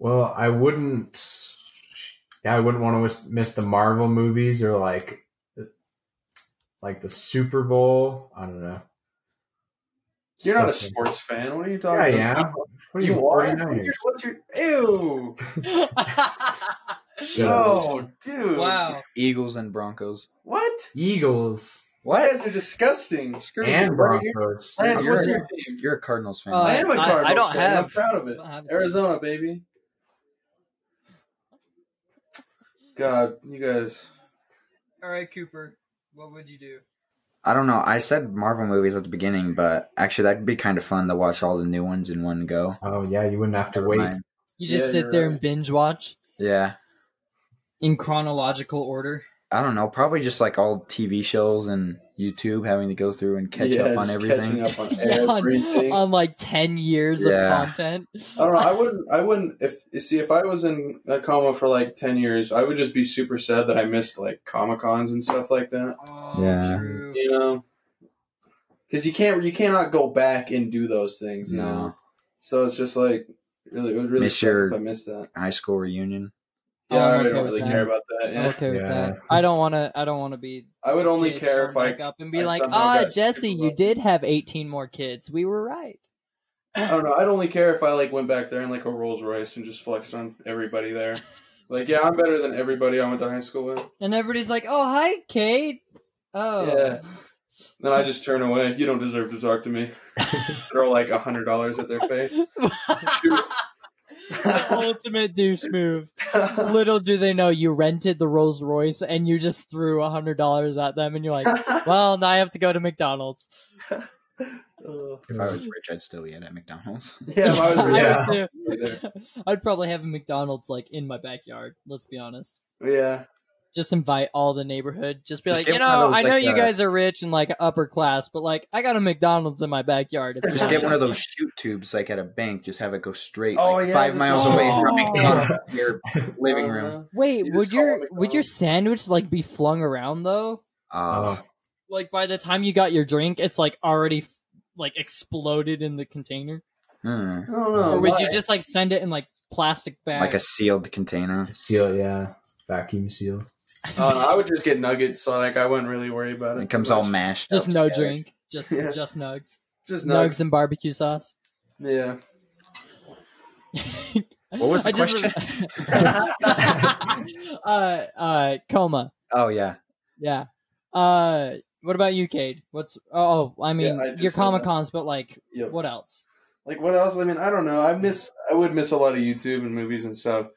B: Well, I wouldn't. Yeah, I wouldn't want to miss, miss the Marvel movies or like, like the Super Bowl. I don't know.
C: You're not a
B: Stuff
C: sports fan. What are you
B: like-
C: talking
B: Yeah,
C: about?
B: yeah. What
C: You are?
B: 49ers?
C: What's your ew?
B: Yeah.
C: Oh, dude!
A: wow.
D: Eagles and Broncos.
C: What?
B: Eagles
C: What? You guys are disgusting. Screw you.
B: and
C: What are you-
B: Broncos.
C: Lance,
D: You're-
C: what's your team?
D: You're a Cardinals fan.
A: Uh,
C: I am a
A: I- I
C: Cardinals
A: don't
C: fan. I'm
A: have-
C: proud of it. Arizona, baby. God, you guys.
A: All right, Cooper, what would you do?
D: I don't know. I said Marvel movies at the beginning, but actually that'd be kind of fun to watch all the new ones in one go.
B: Oh yeah, you wouldn't have to
D: Never
B: wait.
D: mind.
A: You just
C: Yeah,
A: sit
C: you're
A: there
C: right.
A: and binge watch
D: Yeah.
A: in chronological order.
D: I don't know. Probably just like all TV shows and YouTube having to go through and catch
C: Yeah,
D: up on
C: just
D: everything.
C: Catching up on
A: Yeah, on-
C: everything.
A: on like 10 years
D: Yeah.
A: of content.
C: I don't know. I wouldn't. I wouldn't. If you see, if I was in a coma for like ten years, I would just be super sad that I missed like comic cons and stuff like that.
A: Oh,
D: Yeah.
A: true.
C: You know, because you can't. You cannot go back and do those things. You
D: No.
C: know. So it's just like really. It would really
D: Miss
C: suck
D: your-
C: if I missed that.
D: High school reunion.
A: Oh,
C: Yeah,
A: I'm
C: I
A: okay
C: don't
A: with
C: really
A: that.
C: care about that.
A: I'm
C: Yeah.
A: okay with
B: Yeah.
A: that. I don't want to. I don't want to be.
C: I would only
A: kids
C: care
A: come
C: if I.
A: back up and be
C: I
A: like,
C: somehow
A: "Ah,
C: got
A: Jesse,
C: screwed
A: you
C: up."
A: did have 18 more kids. We were right."
C: I don't know. I'd only care if I like went back there in like a Rolls Royce and just flexed on everybody there. Like, yeah, I'm better than everybody I went to high school with.
A: And everybody's like, "Oh, hi, Kate." Oh,
C: Yeah. Then I just turn away. You don't deserve to talk to me. Throw like a hundred dollars at their face. Shoot.
A: the ultimate douche move. Little do they know you rented the Rolls Royce and you just threw a hundred dollars at them, and you're like, "Well, now I have to go to McDonald's."
C: Ugh.
D: If I was rich, I'd still eat at McDonald's.
C: yeah, if I was
B: Yeah.
C: yeah.
A: I would
C: Yeah.
A: too. I'd probably have a McDonald's like in my backyard. Let's be honest.
C: yeah.
A: Just invite all the neighborhood. Just be
D: Just
A: like,
D: get
A: you
D: one of
A: know,
D: those,
A: I know
D: like,
A: you
D: uh,
A: guys are rich and like upper class, but like I got a McDonald's in my backyard. If you
D: Just
A: want
D: get one
A: it."
D: of those shoot tubes like at a bank. Just have it go straight
C: Oh,
D: like
C: yeah,
D: five
C: this
A: is-
D: miles away
A: Oh.
D: from McDonald's to your living room.
A: Wait,
C: You
A: would
C: just call it
A: your would your
C: McDonald's.
A: sandwich like be flung around though?
D: Uh,
C: Uh-huh.
B: Oh,
A: Like by the time you got your drink, it's like already f- like exploded in the container.
D: hmm.
C: I don't know.
A: or would you
C: why?
A: just like send it in like plastic bags?
D: like a sealed container.
B: seal, yeah, vacuum seal.
C: I don't know, I would just get nuggets, so like I wouldn't really worry about it.
D: And it comes
C: too
D: all
C: much.
D: mashed.
A: just
D: up
A: no
D: together.
A: drink, just
C: Yeah.
A: just nugs.
C: just
A: nugs,
C: nuggets.
A: and barbecue sauce.
C: Yeah.
D: What was the
A: I just- uh, uh, coma.
D: Oh yeah,
A: Yeah. Uh, what about you, Cade? What's oh, I mean,
C: Yeah, I just
A: your
C: said that.
A: comic cons, but like,
C: Yep.
A: what else?
C: Like what else? I mean, I don't know. I miss. I would miss a lot of YouTube and movies and stuff.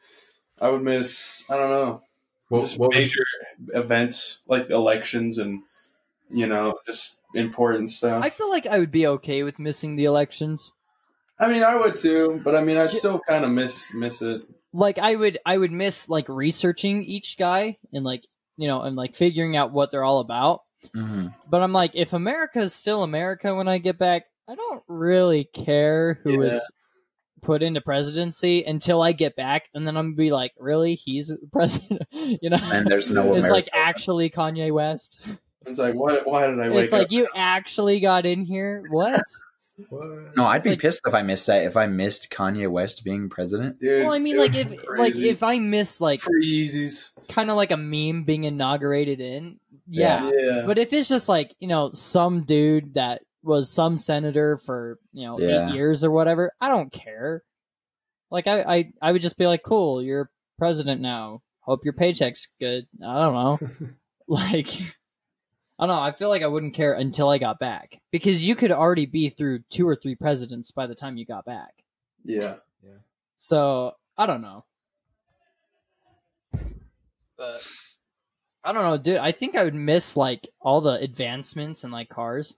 C: I would miss. I don't know.
B: What,
C: just
B: what would,
C: major events like elections and you know just important stuff.
A: I
C: I,
A: feel like I would be okay with missing the elections.
C: mean, I would too, but I mean, I still kind of miss miss it.
A: Like, I would, I would miss like researching each guy and like, you know, and like figuring out what they're all about.
D: hmm
A: But I'm like, if America is still America when I get back, I don't really care who was
C: Yeah.
A: put into presidency until I get back, and then I'm gonna be like, really, he's president, you know?
D: and there's no
A: it's
D: America.
A: like actually Kanye West.
C: It's like, why? Why did I wake
A: It's like
C: up?
A: you actually got in here. What?
B: what?
D: no, I'd
A: it's
D: be
A: like-
D: pissed if I missed that. If I missed Kanye West being president,
C: Dude,
A: well, I mean,
C: it
A: like
C: was
A: if like
C: crazy.
A: if I miss like
C: Freezies.
A: kind of like a meme being inaugurated in, yeah.
C: Yeah.
A: But if it's just like you know some dude that was some senator for you know
D: Yeah.
A: eight years or whatever, I don't care. Like I, I I would just be like, cool, you're president now. Hope your paycheck's good. I don't know. like I don't know. I feel like I wouldn't care until I got back because you could already be through two or three presidents by the time you got back.
C: yeah.
A: So I don't know. But I don't know, dude. I think I would miss like all the advancements in like cars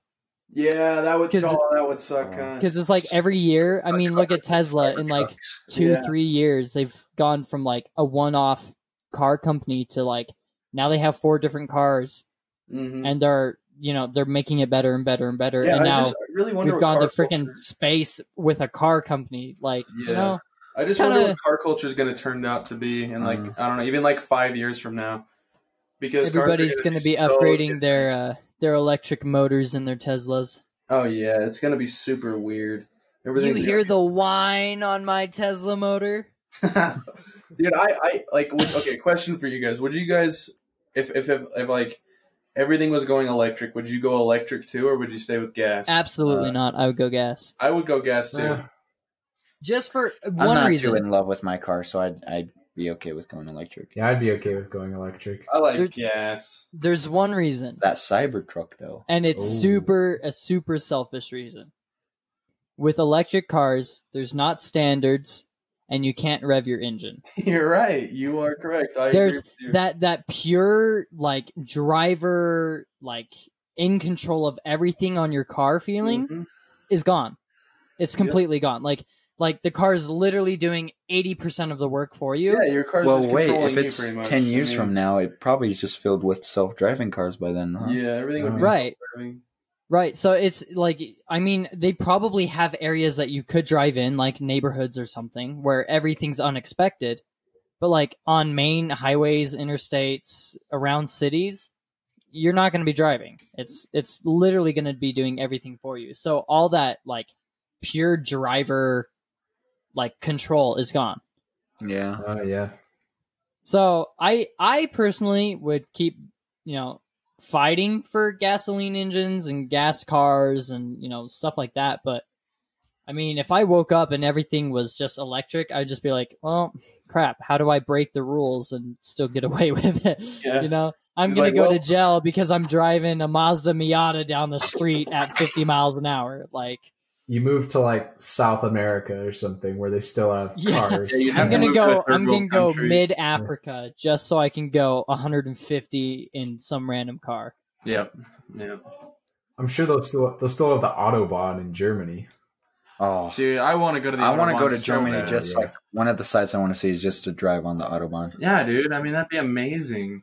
C: Yeah, that would
A: 'Cause
C: oh, that would
B: Uh,
C: suck. huh?
A: because it's like every year. I mean, look at Tesla in like two,
C: Yeah.
A: three years, they've gone from like a one-off car company to like now they have four different cars
C: Mhm.
A: and they're you know they're making it better and better and better.
C: yeah,
A: and
C: I
A: now
C: just I really wonder
A: we've
C: what
A: gone to
C: car
A: freaking
C: culture-
A: space with a car company. Like you
C: Yeah.
A: know,
C: I
A: It's
C: just wonder
A: kinda-
C: what car culture is going to turn out to be in like
D: Mhm.
C: I don't know, even like five years from now, because cars are
A: Everybody's going to be
C: so
A: upgrading
C: different.
A: their uh, their electric motors and their Teslas.
C: Oh yeah, it's going to be super weird.
A: You
C: Everything's
A: hear the whine on my Tesla motor?
C: dude i i like would, okay question for you guys would you guys if, if if if like everything was going electric would you go electric too or would you stay with gas
A: Absolutely
D: Uh,
A: not. I would go gas
C: i would go gas too
B: Yeah.
A: just for
D: I'm
A: one
D: not
A: reason.
D: too in love with my car, so I'd I'd be okay with going electric.
B: Yeah, I'd be okay with going electric.
C: i like
A: There-
C: gas
A: There's one reason,
D: That Cybertruck though.
A: and it's
B: Ooh.
A: super a super selfish reason. With electric cars, there's not standards, and you can't rev your engine.
C: you're right you are correct I
A: There's
C: agree with you.
A: That that pure like driver like in control of everything on your car feeling
C: Mhm.
A: is gone. It's
C: Yeah.
A: completely gone. Like like the car's literally doing eighty percent of the work for you.
C: yeah your car's
D: Well,
C: just
D: wait.
C: controlling
D: If
C: you
D: it's
C: pretty much.
D: ten
C: I
D: years
C: mean,
D: from now, it probably is just filled with self-driving cars by then. Huh?
C: yeah everything would be
A: Right.
C: self-driving.
A: Right. So it's like, I mean, they probably have areas that you could drive in, like neighborhoods or something, where everything's unexpected. But like on main highways, interstates, around cities, you're not going to be driving. It's it's literally going to be doing everything for you. So all that like pure driver like control is gone.
D: Yeah.
B: Oh yeah.
A: So I I personally would keep you know fighting for gasoline engines and gas cars and you know stuff like that. But I mean, if I woke up and everything was just electric, I'd just be like, well, crap. How do I break the rules and still get away with it?
C: Yeah.
A: You know. I'm
C: You're
A: gonna
C: like,
A: go
C: well-
A: to jail because I'm driving a Mazda Miata down the street at 50 miles an hour. Like,
B: You move to like South America or something where they still have
A: Yeah.
B: cars.
C: Yeah, you'd
A: I'm
C: have
A: gonna
C: move to a
A: go.
C: third
A: I'm gonna
C: world
A: go
C: country.
A: mid Africa just so I can go 150 in some random car.
C: yep yeah
B: I'm sure they'll still they'll still have the autobahn in Germany.
D: Oh,
C: dude i want to go to the
D: I want to go
C: Autobahn
D: to
C: so
D: Germany.
C: bad.
D: just
B: yeah.
D: like one of the sites I want to see is just to drive on the autobahn.
C: yeah dude i mean that'd be amazing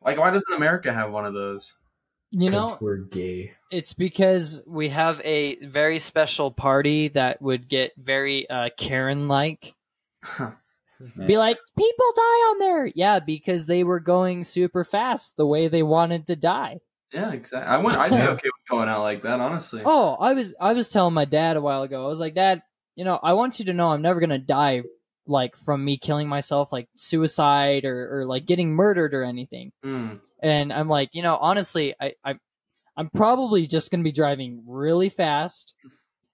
C: like why doesn't america have one of those
A: You
B: 'cause
A: know,
B: we're gay.
A: it's because we have a very special party that would get very uh, Karen like. Be like, people die on there. Yeah, because they were going super fast the way they wanted to die.
C: Yeah, exactly. I wouldn't. I'd be
B: Yeah.
C: okay with going out like that, honestly.
A: Oh, I was I was telling my dad a while ago. I was like, Dad, you know, I want you to know I'm never gonna die like from me killing myself, like suicide or, or like getting murdered or anything.
C: Mm.
A: and I'm like, you know, honestly, I, I I'm probably just gonna be driving really fast.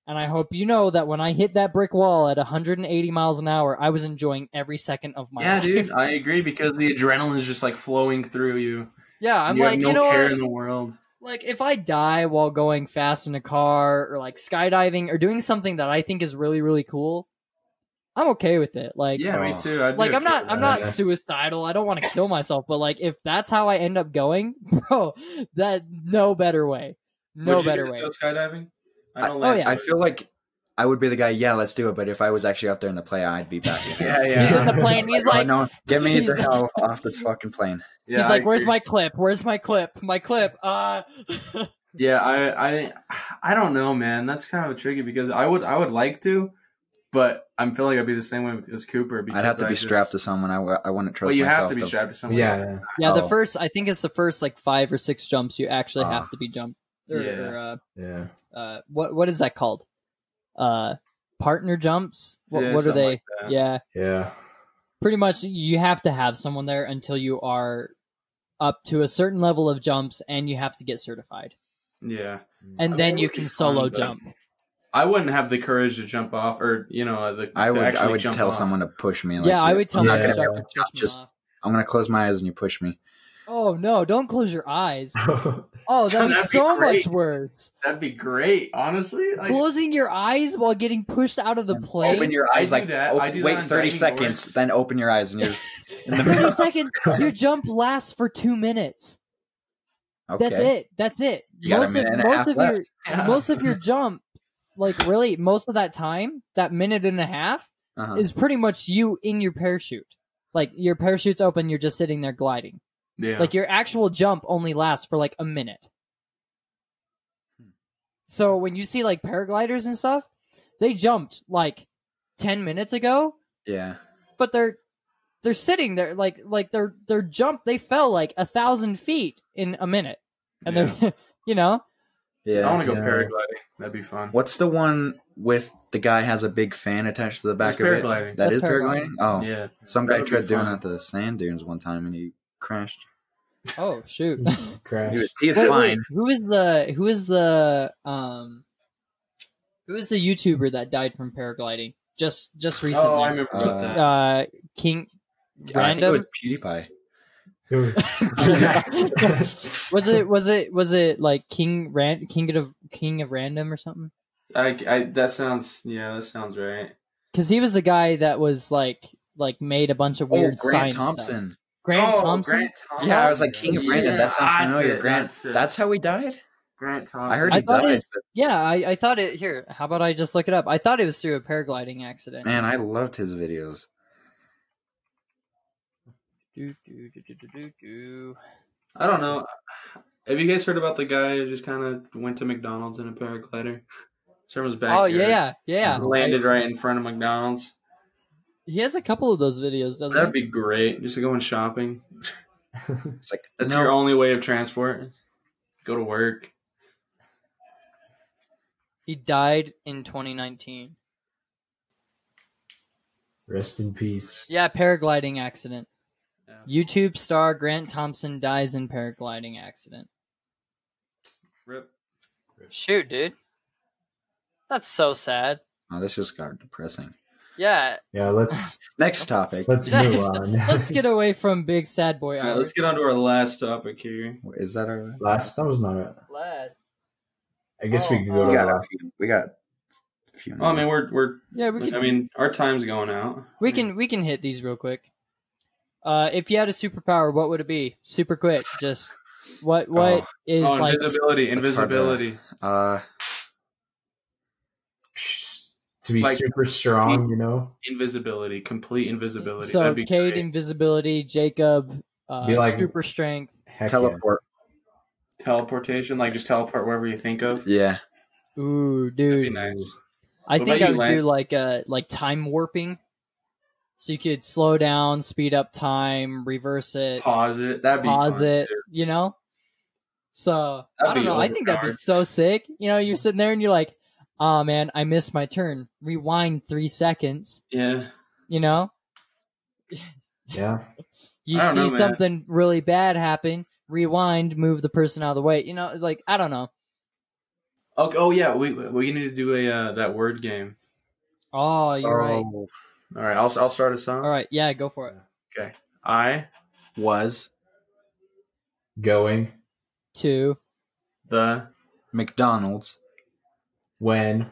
A: And I hope you know that when I hit that brick wall at 180 miles an hour, I was enjoying every second of my
C: Yeah,
A: life.
C: dude, I agree because the adrenaline is just like flowing through you.
A: yeah, I'm
C: you
A: like,
C: have no
A: you know
C: care
A: what?
C: in the world.
A: Like, if I die while going fast in a car or like skydiving or doing something that I think is really, really cool, I'm okay with it. Like,
C: yeah, me
D: oh.
C: too. I'd be
A: like
C: okay
A: I'm not
C: with
A: I'm
C: that.
A: not
B: Yeah.
A: suicidal. I don't want to kill myself, but like if that's how I end up going, bro, that no better way. No
C: Would you
A: better
C: guys
A: way.
C: Go skydiving. I
D: I-
C: know.
A: oh,
C: Lance
A: yeah.
D: I
C: would.
D: feel like I would be the guy. Yeah, let's do it. But if I was actually out there in the play, I'd be back.
C: Yeah,
A: He's in
C: yeah,
A: the plane. He's
D: oh,
A: like,
D: no, get me the
A: he's-
D: hell off this fucking plane.
C: yeah.
A: he's
C: I
A: like, where's
C: agree.
A: my clip? Where's my clip? My clip. Uh,
C: Yeah, I, I, I don't know, man. That's kind of tricky because I would, I would like to, but I'm feeling like I'd be the same way with as Cooper. Because
D: I'd have to
C: I
D: be
C: just-
D: strapped to someone. I, w- I wouldn't trust.
C: Well, you
D: myself
C: have to be strapped to someone.
B: yeah, yeah.
A: yeah, the
D: Oh.
A: first I think it's the first like five or six jumps you actually
D: Ah.
A: have to be jumped. Or,
C: Yeah.
A: or,
B: yeah.
A: uh, uh, what what is that called? Uh, partner jumps. What,
C: Yeah,
A: what are
C: something
A: they?
C: like that.
A: yeah,
B: Yeah.
A: pretty much you have to have someone there until you are up to a certain level of jumps and you have to get certified
C: yeah.
A: and
C: I mean,
A: then
C: it
A: you
C: would be
A: can
C: fun,
A: solo
C: but-
A: jump
C: I wouldn't have the courage to jump off, or you know, the
D: I
C: to
D: would. I
C: actually
D: would
C: jump
D: tell
C: off.
D: someone to push me. Like,
A: yeah i would tell
D: I'm
A: my
D: not
B: Yeah.
A: instructor
D: gonna-
A: to push me
D: Just-
A: off.
D: I'm gonna close my eyes and you push me.
A: oh no don't close your eyes oh that
C: That'd
A: was
C: be
A: so much
C: great.
A: worse
C: That'd be great, honestly. Like,
A: closing your eyes while getting pushed out of the
D: And
A: plane
D: Open your
C: I
D: eyes
C: do
D: like
C: that.
D: open-
C: I do that
D: wait
C: on
D: thirty
C: diving
D: seconds,
C: boards.
D: then open your eyes and you're just in the
A: 30
D: middle.
A: seconds your jump lasts for two minutes
D: Okay.
A: that's it that's it
D: You got a
A: most of,
D: minute and a half
A: most of your
D: left.
C: Yeah.
A: most of your jump like really most of that time that minute and a half
D: Uh-huh.
A: is pretty much you in your parachute. Like your parachute's open, you're just sitting there gliding.
C: yeah.
A: Like your actual jump only lasts for like a minute. So when you see like paragliders and stuff, they jumped like 10 minutes ago
D: Yeah.
A: but they're they're sitting there like like they're they're jump they fell like a thousand feet in a minute and they're you know
D: Yeah.
C: I want to go
B: yeah.
C: paragliding. That'd be fun.
D: What's the one with the guy has a big fan attached to the back
C: That's
D: of it?
C: paragliding.
D: That
A: That's
D: is
A: paragliding.
D: paragliding. Oh,
C: Yeah.
D: some
C: That
D: guy
C: would be
D: tried doing
C: fun.
D: that to the sand dunes one time and he crashed.
A: oh shoot
D: He
B: Crash.
D: was, he was
A: Wait, wait,
D: fine.
A: who is the who is the um who is the youtuber that died from paragliding just just recently
C: Oh, I remember about
D: Uh,
C: that.
A: uh king
D: I think it was
A: random
D: PewDiePie.
A: was it was it was it like king ran king of king of random or something
C: I, I, that sounds, yeah, that sounds right.
A: Because he was the guy that was like like made a bunch of
D: Oh,
A: weird
D: Grant
A: science stuff.
D: Thompson.
A: Grant
C: Oh,
A: Thompson.
C: Grant Thompson.
D: Yeah, I was like King of Random. That sounds
C: Yeah,
D: familiar.
C: it,
D: Grant.
C: that's it.
D: That's how he died.
C: Grant Thompson.
D: I heard
A: I
D: he
A: thought it
D: died.
A: was- Yeah, I, I thought it. Here, how about I just look it up? I thought it was through a paragliding accident.
D: Man, I loved his videos.
A: Do, do, do, do, do, do, do.
C: I don't know. Have you guys heard about the guy who just kind of went to McDonald's in a paraglider? Someone's back.
A: Oh yeah, yeah.
C: Landed right in front of McDonald's.
A: He has a couple of those videos, doesn't
C: That'd
A: he?
C: be great. Just going shopping.
D: It's like
C: That's
D: no,
C: your only way of transport. Go to work.
A: He died in 2019.
B: Rest in peace.
A: Yeah, paragliding accident.
C: Yeah.
A: YouTube star Grant Thompson dies in paragliding accident.
C: Rip.
A: Shoot, dude. That's so sad.
D: oh, this just got depressing.
A: Yeah,
B: Yeah, let's
D: Next topic
B: let's
A: Yes.
B: move on.
A: let's get away from big sad boy.
C: All right,
A: hours.
C: let's get on to our last topic here.
D: is that our.
B: last. That was not it.
A: last.
B: I guess we could
A: Oh,
B: go
D: We
B: to
D: got
B: last.
D: a few. We got a few.
C: Oh, I mean, we're
D: minutes.
C: we're.
A: Yeah, we can.
C: I mean, our time's going out. Oh,
A: we can we can hit these real quick. Uh, if you had a superpower, what would it be? Super quick, just what what
D: Oh.
A: is
C: Oh,
A: like?
C: invisibility,
D: That's hard to-
C: invisibility.
D: uh,
B: To be
C: Like-
B: super strong, you know,
C: Invisibility, complete invisibility.
A: So
C: That'd be
A: Cade,
C: great.
A: invisibility, Jacob, uh,
B: Be like-
A: super strength.
B: Heck yeah.
D: teleport.
C: teleportation, like just teleport wherever you think of.
D: Yeah.
A: Ooh,
C: That'd be
A: dude,
C: nice.
A: I
C: What
A: think
C: about
A: I
C: you,
A: would do
C: Lance?
A: like uh like time warping, so you could slow down, speed up time, reverse it,
C: Pause it. That'd be
A: pause
C: fun,
A: it,
C: too.
A: you know? So I
C: That'd
A: don't
C: be
A: know. I think that'd be
C: overpowered.
A: so sick. You know, you're sitting there and you're like, oh man, I missed my turn. Rewind three seconds,
C: Yeah.
A: you know?
B: Yeah,
A: You
C: I don't
A: see
C: know, man.
A: something really bad happen, rewind, move the person out of the way. You know, like I don't know.
C: Okay. Oh yeah. We we need to do a uh, that word game.
A: Oh, you're right.
D: Oh,
C: All right. I'll I'll start us off.
A: All right, yeah, go for it.
C: I
D: Was
B: going
A: To
C: the
D: McDonald's
B: when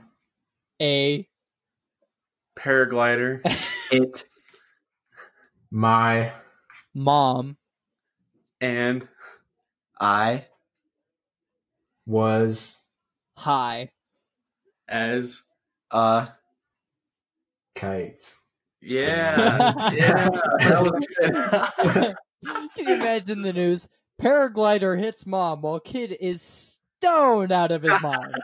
A: a
C: paraglider
D: it
B: my
A: mom
C: and
D: I
B: was
A: high.
C: as
D: uh
B: kite.
C: yeah yeah that was good.
A: Can you imagine the news? Paraglider hits mom while kid is stoned out of his mind.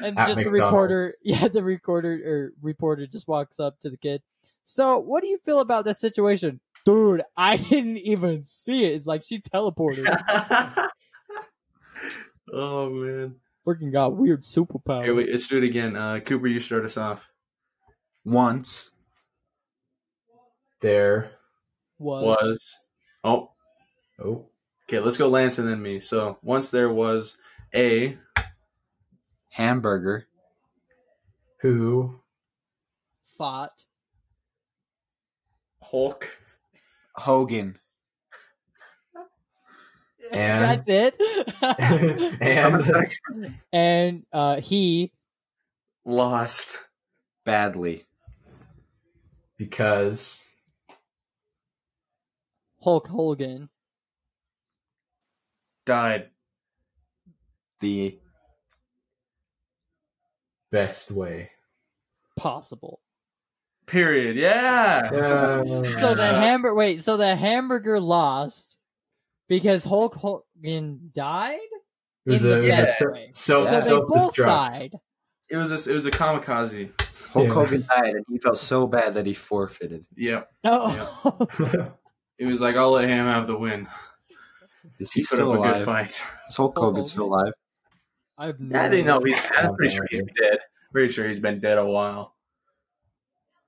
A: and
B: At
A: just the
B: McDonald's.
A: recorder, yeah, the recorder or reporter just walks up to the kid. So, what do you feel about this situation, dude? I didn't even see it. It's like she teleported.
C: oh man.
A: Freaking got weird
C: Here,
A: superpower.
C: wait, let's do it again. Uh, Cooper, you start us off.
D: once
B: There.
A: Was,
C: Was oh
B: Oh,
C: okay. Let's go Lance and then me. So once there was a
D: hamburger
B: who
A: fought
C: Hulk.
D: Hogan.
B: and
A: that's it.
B: and
A: and uh, he
C: lost
D: badly
B: because
A: Hulk Hogan
C: died
D: the
B: best way.
A: possible.
C: period yeah
A: So the
C: Yeah.
A: hamburger. Wait. So the hamburger lost because Hulk Hogan died.
B: it was
A: in
B: a,
A: the
B: it was
A: best
B: a
A: way.
B: self
A: So they
B: self
A: both
B: destruct.
A: died.
C: It was a, it was a kamikaze.
D: Hulk
B: Yeah.
D: Hogan died, and he felt so bad that he forfeited
C: Yeah,
A: No.
C: it was like I'll let him have the win.
D: Is
C: He
D: he
C: put up
D: still
C: a
D: alive?
C: good fight.
D: Is
A: Hulk
D: Hulk Hogan still alive?
A: I have no.
C: I didn't
A: idea.
C: know he's. I'm pretty sure he's dead. Pretty sure he's been dead a while.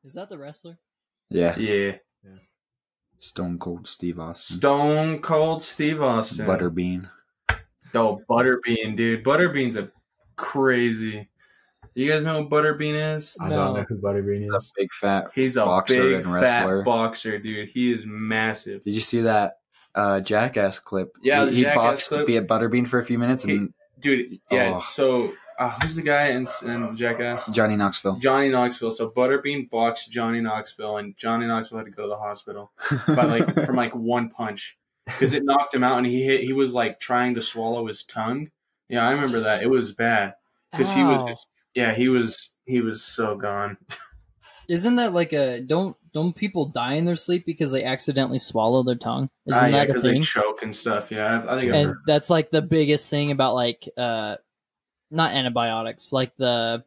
A: Is that the wrestler?
D: Yeah.
C: Yeah.
D: Stone Cold Steve Austin.
C: Stone Cold Steve Austin.
D: Butterbean.
C: Oh, Butterbean, dude. Butterbean's a crazy. You guys know what Butterbean is?
B: I don't
A: No.
B: know who Butterbean
D: He's a
B: is.
D: big fat.
C: He's a
D: Boxer
C: big
D: and wrestler.
C: fat boxer, dude. He is massive.
D: Did you see that uh, Jackass clip?
C: Yeah,
D: he,
C: the
D: he
C: Jackass
D: boxed
C: clip.
D: to be a Butterbean for a few minutes, and
C: Dude, yeah.
D: Oh.
C: So, uh, who's the guy in, in Jackass?
D: Johnny Knoxville.
C: Johnny Knoxville. So Butterbean boxed Johnny Knoxville, and Johnny Knoxville had to go to the hospital by like from like one punch because it knocked him out, and he hit. He was like trying to swallow his tongue. Yeah, I remember that. It was bad because he was
A: Ow.
C: just. Yeah, he was. He was so gone.
A: Isn't that like a don't don't people die in their sleep because they accidentally swallow their tongue? Isn't
C: Ah, yeah,
A: that a
C: because they
A: thing?
C: choke and stuff. Yeah, I've, I think I've
A: and
C: heard.
A: that's like the biggest thing about like uh not antibiotics, like the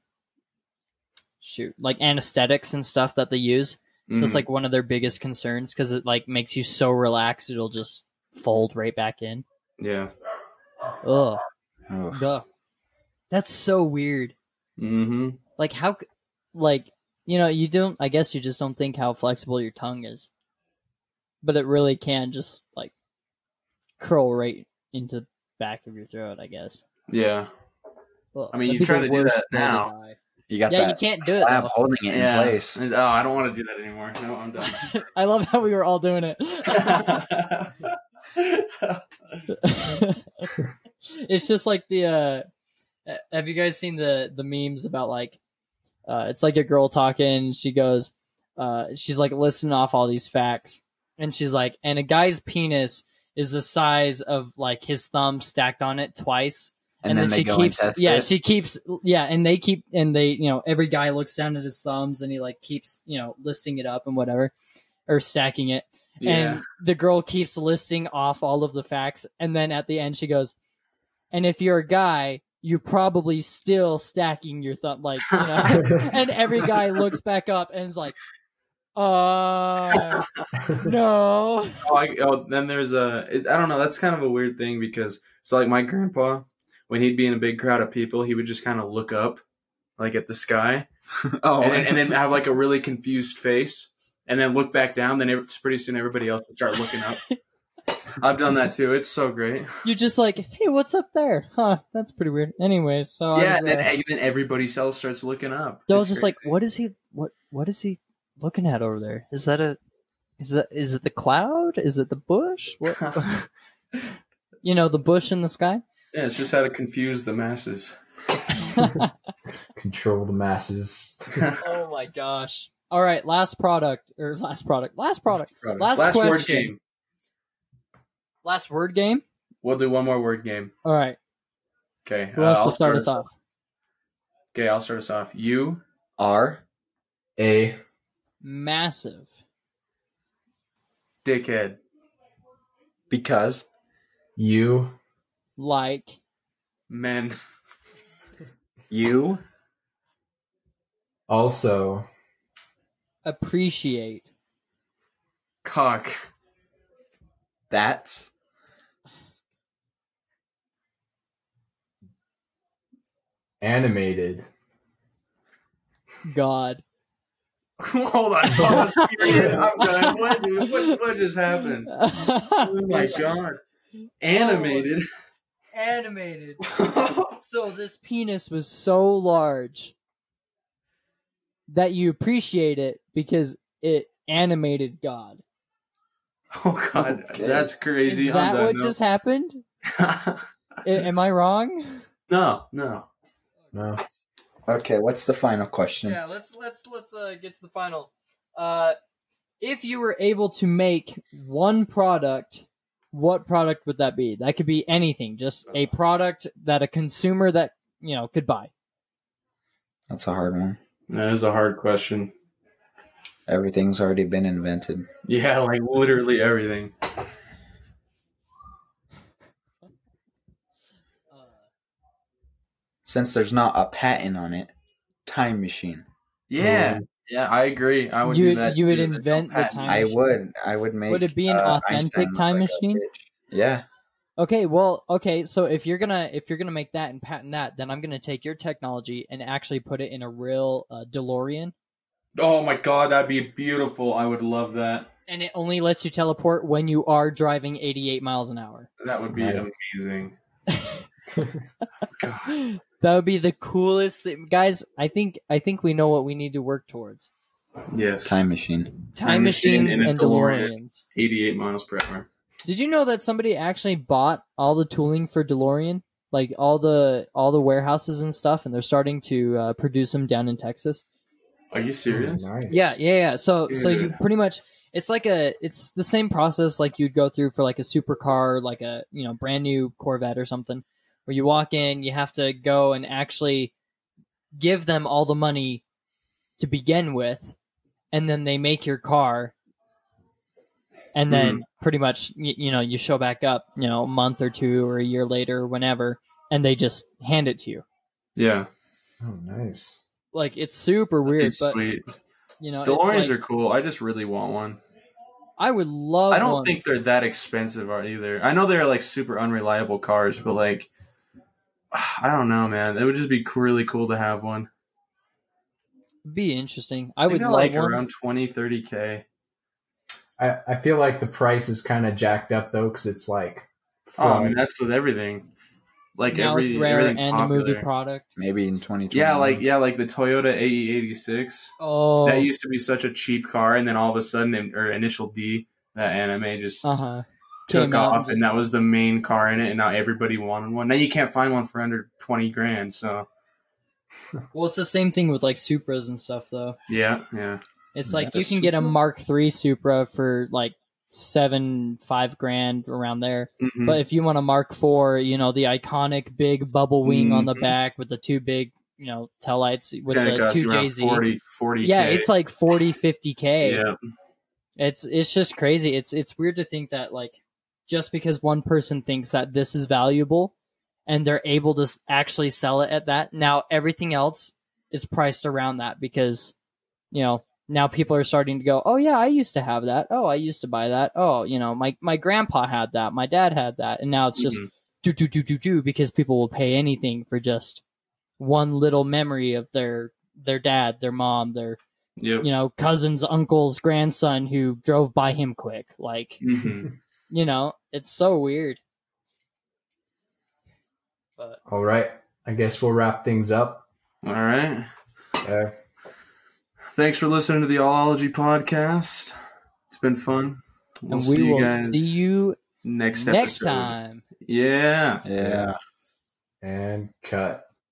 A: shoot, like anesthetics and stuff that they use.
C: Mhm.
A: That's like one of their biggest concerns because it like makes you so relaxed it'll just fold right back in.
C: yeah.
A: Ugh,
D: Ugh.
A: duh. That's so weird.
C: Mm-hmm.
A: Like how, c- like you know, you don't. I guess you just don't think how flexible your tongue is, but it really can just like curl right into the back of your throat. I guess.
C: Yeah.
A: Well,
C: I mean,
A: the
C: you try
A: people
C: to do
A: worse
C: that
A: than
C: now.
A: die.
D: You got
A: Yeah, you
D: that
A: can't do it.
D: slab
A: though.
D: holding it
C: yeah.
D: in place.
C: Oh, I don't want to do that anymore. No, I'm done.
A: I love how we were all doing it. it's just like the. uh uh, Have you guys seen the the memes about like? Uh, it's like a girl talking. She goes, uh, she's like listing off all these facts, and she's like, and a guy's penis is the size of like his thumb stacked on it twice.
D: And, then, they
A: she
D: go
A: keeps
D: and test
A: yeah
D: it.
A: she keeps yeah and they keep and they you know every guy looks down at his thumbs and he like keeps you know listing it up and whatever or stacking it
C: yeah.
A: and the girl keeps listing off all of the facts and then at the end she goes and if you're a guy you're probably still stacking your thumb like you know and every guy looks back up and is like uh no
C: Oh, I, oh, then there's a. It, I don't know. That's kind of a weird thing because so like my grandpa, when he'd be in a big crowd of people, he would just kind of look up, like at the sky,
D: oh,
C: and, then, and then have like a really confused face, and then look back down. Then it, pretty soon everybody else would start looking up. I've done that too. It's so great.
A: you're just like hey what's up there huh that's pretty weird anyways so
C: yeah,
A: I
C: and
A: was,
C: then,
A: uh,
C: and then everybody else starts looking up.
A: So I was
C: It's
A: just
C: great.
A: like, what is he? What what is he looking at over there? Is that a? Is that is it the cloud? Is it the bush? What? you know, the bush in the sky.
C: yeah, it's just how to confuse the masses.
B: Control the masses.
A: oh my gosh! All right, last product or last product, last product, Last
C: Last word
A: question.
C: game.
A: last word game.
C: We'll do one more word game.
A: All right,
C: Okay.
A: who
C: uh,
A: wants
C: I'll
A: to start us off?
C: Okay, I'll start us off. You
D: R.
B: A.
A: Massive.
C: dickhead.
D: Because
B: U.
A: Like
C: Men.
D: you
B: Also.
A: appreciate
C: Cock.
D: that's
B: Animated.
A: God.
C: Hold on. Pause. period. I'm done. What, dude? What, what just happened? Oh my god. Animated.
A: Animated.
C: Oh.
A: So this penis was so large that you appreciate it because it animated God.
C: oh god.
D: Okay.
C: That's
A: Is
C: crazy.
A: that
C: I'm
A: what
C: done.
A: just happened? I- am I wrong?
C: no, no.
B: No.
D: okay. What's the final question?
A: let's let's let's uh, get to the final. Uh, if you were able to make one product, what product would that be? That could be anything, just a product that a consumer that you know could buy.
D: That's a hard one.
C: That is a hard question.
D: Everything's already been invented.
C: Yeah, like literally everything.
A: Uh,
D: Since there's not a patent on it, time machine.
C: Yeah, yeah, I agree. I would
A: You
C: do
A: would-
C: that
A: you would
C: too. There's no
A: invent the
C: patent.
A: time
D: I
A: machine.
D: would. I would make.
A: Would it be an
D: uh,
A: authentic
D: Einstein look
A: time
D: like a
A: machine?
D: bitch. Yeah.
A: Okay, well, okay, so if you're gonna if you're gonna make that and patent that, then I'm gonna take your technology and actually put it in a real uh, DeLorean,
C: Oh my god, that'd be beautiful. I would love that.
A: and it only lets you teleport when you are driving 88 miles an hour.
C: That would be
B: Nice.
C: amazing. God.
A: That would be the coolest thing, guys. I think I think we know what we need to work towards:
C: Yes.
D: Time machine.
A: time,
C: Time machine
A: machines
C: and a
A: and
C: DeLorean.
A: DeLoreans.
C: 88 miles per hour.
A: Did you know that somebody actually bought all the tooling for DeLorean, like all the all the warehouses and stuff, and they're starting to uh, produce them down in Texas?
C: Are you serious?
B: Oh, nice.
A: Yeah, yeah, yeah. So, so you
C: Dude.
A: pretty much it's like a it's the same process like you'd go through for like a supercar, like a you know brand new Corvette or something, where you walk in, you have to go and actually give them all the money to begin with, and then they make your car, and
C: Hmm.
A: then pretty much you, you know you show back up, you know, a month or two or a year later, or whenever, and they just hand it to you.
C: Yeah.
B: Oh, nice.
A: Like it's super weird,
C: It's
A: but
C: sweet.
A: you know, Uh, it's
C: DeLoreans
A: like- Oh,
C: are cool. I just really want one.
A: I would love.
C: I don't
A: one.
C: think they're that expensive are- either. I know they're like super unreliable cars, but like, I don't know, man. It would just be co- really cool to have one.
A: be interesting. I,
C: I,
A: would
C: think they're
A: love
C: like
A: one.
C: around 20, 30K.
B: I, I feel like the price is kind of jacked up though, because it's like
C: Oh, I
B: from-
C: mean, that's with everything. Like
A: now
C: every,
A: it's rare and
C: everything popular.
A: a movie product.
D: Maybe in 2020.
C: Yeah, like yeah, like the Toyota AE86.
A: Oh,
C: That used to be such a cheap car, and then all of a sudden, in- or Initial D, that anime just
A: uh huh.
C: took
A: Came out
C: off,
A: and
C: and
A: just-
C: that was the main car in it, and now everybody wanted one. Now you can't find one for under twenty grand. So
A: Well, it's the same thing with like Supras and stuff, though.
C: yeah, yeah,
A: It's
D: Yeah,
A: like
D: the
A: you can get a
D: Supra.
A: Mark III Supra for like seven, five grand around there.
C: Mhm.
A: But if you want a Mark IV, you know the iconic big bubble wing on the
C: Mhm.
A: back with the two big, you know, tail lights with
C: Kinda
A: the
C: costs
A: two
C: you around
A: JZ.
C: 40, 40
A: Yeah, it's like 40, 50 k.
C: yeah,
A: It's it's just crazy. It's it's weird to think that like just because one person thinks that this is valuable and they're able to s- actually sell it at that, now everything else is priced around that because you know, now people are starting to go, "Oh yeah, I used to have that. Oh, I used to buy that. Oh, you know, my my grandpa had that. My dad had that." And now it's just
C: Mhm.
A: do do do do do because people will pay anything for just one little memory of their their dad, their mom, their
C: yep.
A: you know, cousin's uncle's grandson who drove by him quick. Like,
C: Mhm.
A: you know, it's so weird. But
B: All right, I guess we'll wrap things up.
C: All right.
B: Uh,
C: Thanks for listening to the Allology podcast. It's been fun. We'll
A: and
C: see
A: we will
C: you guys
A: see you
C: next
A: next
C: episode.
A: time.
C: Yeah.
D: Yeah.
B: and cut.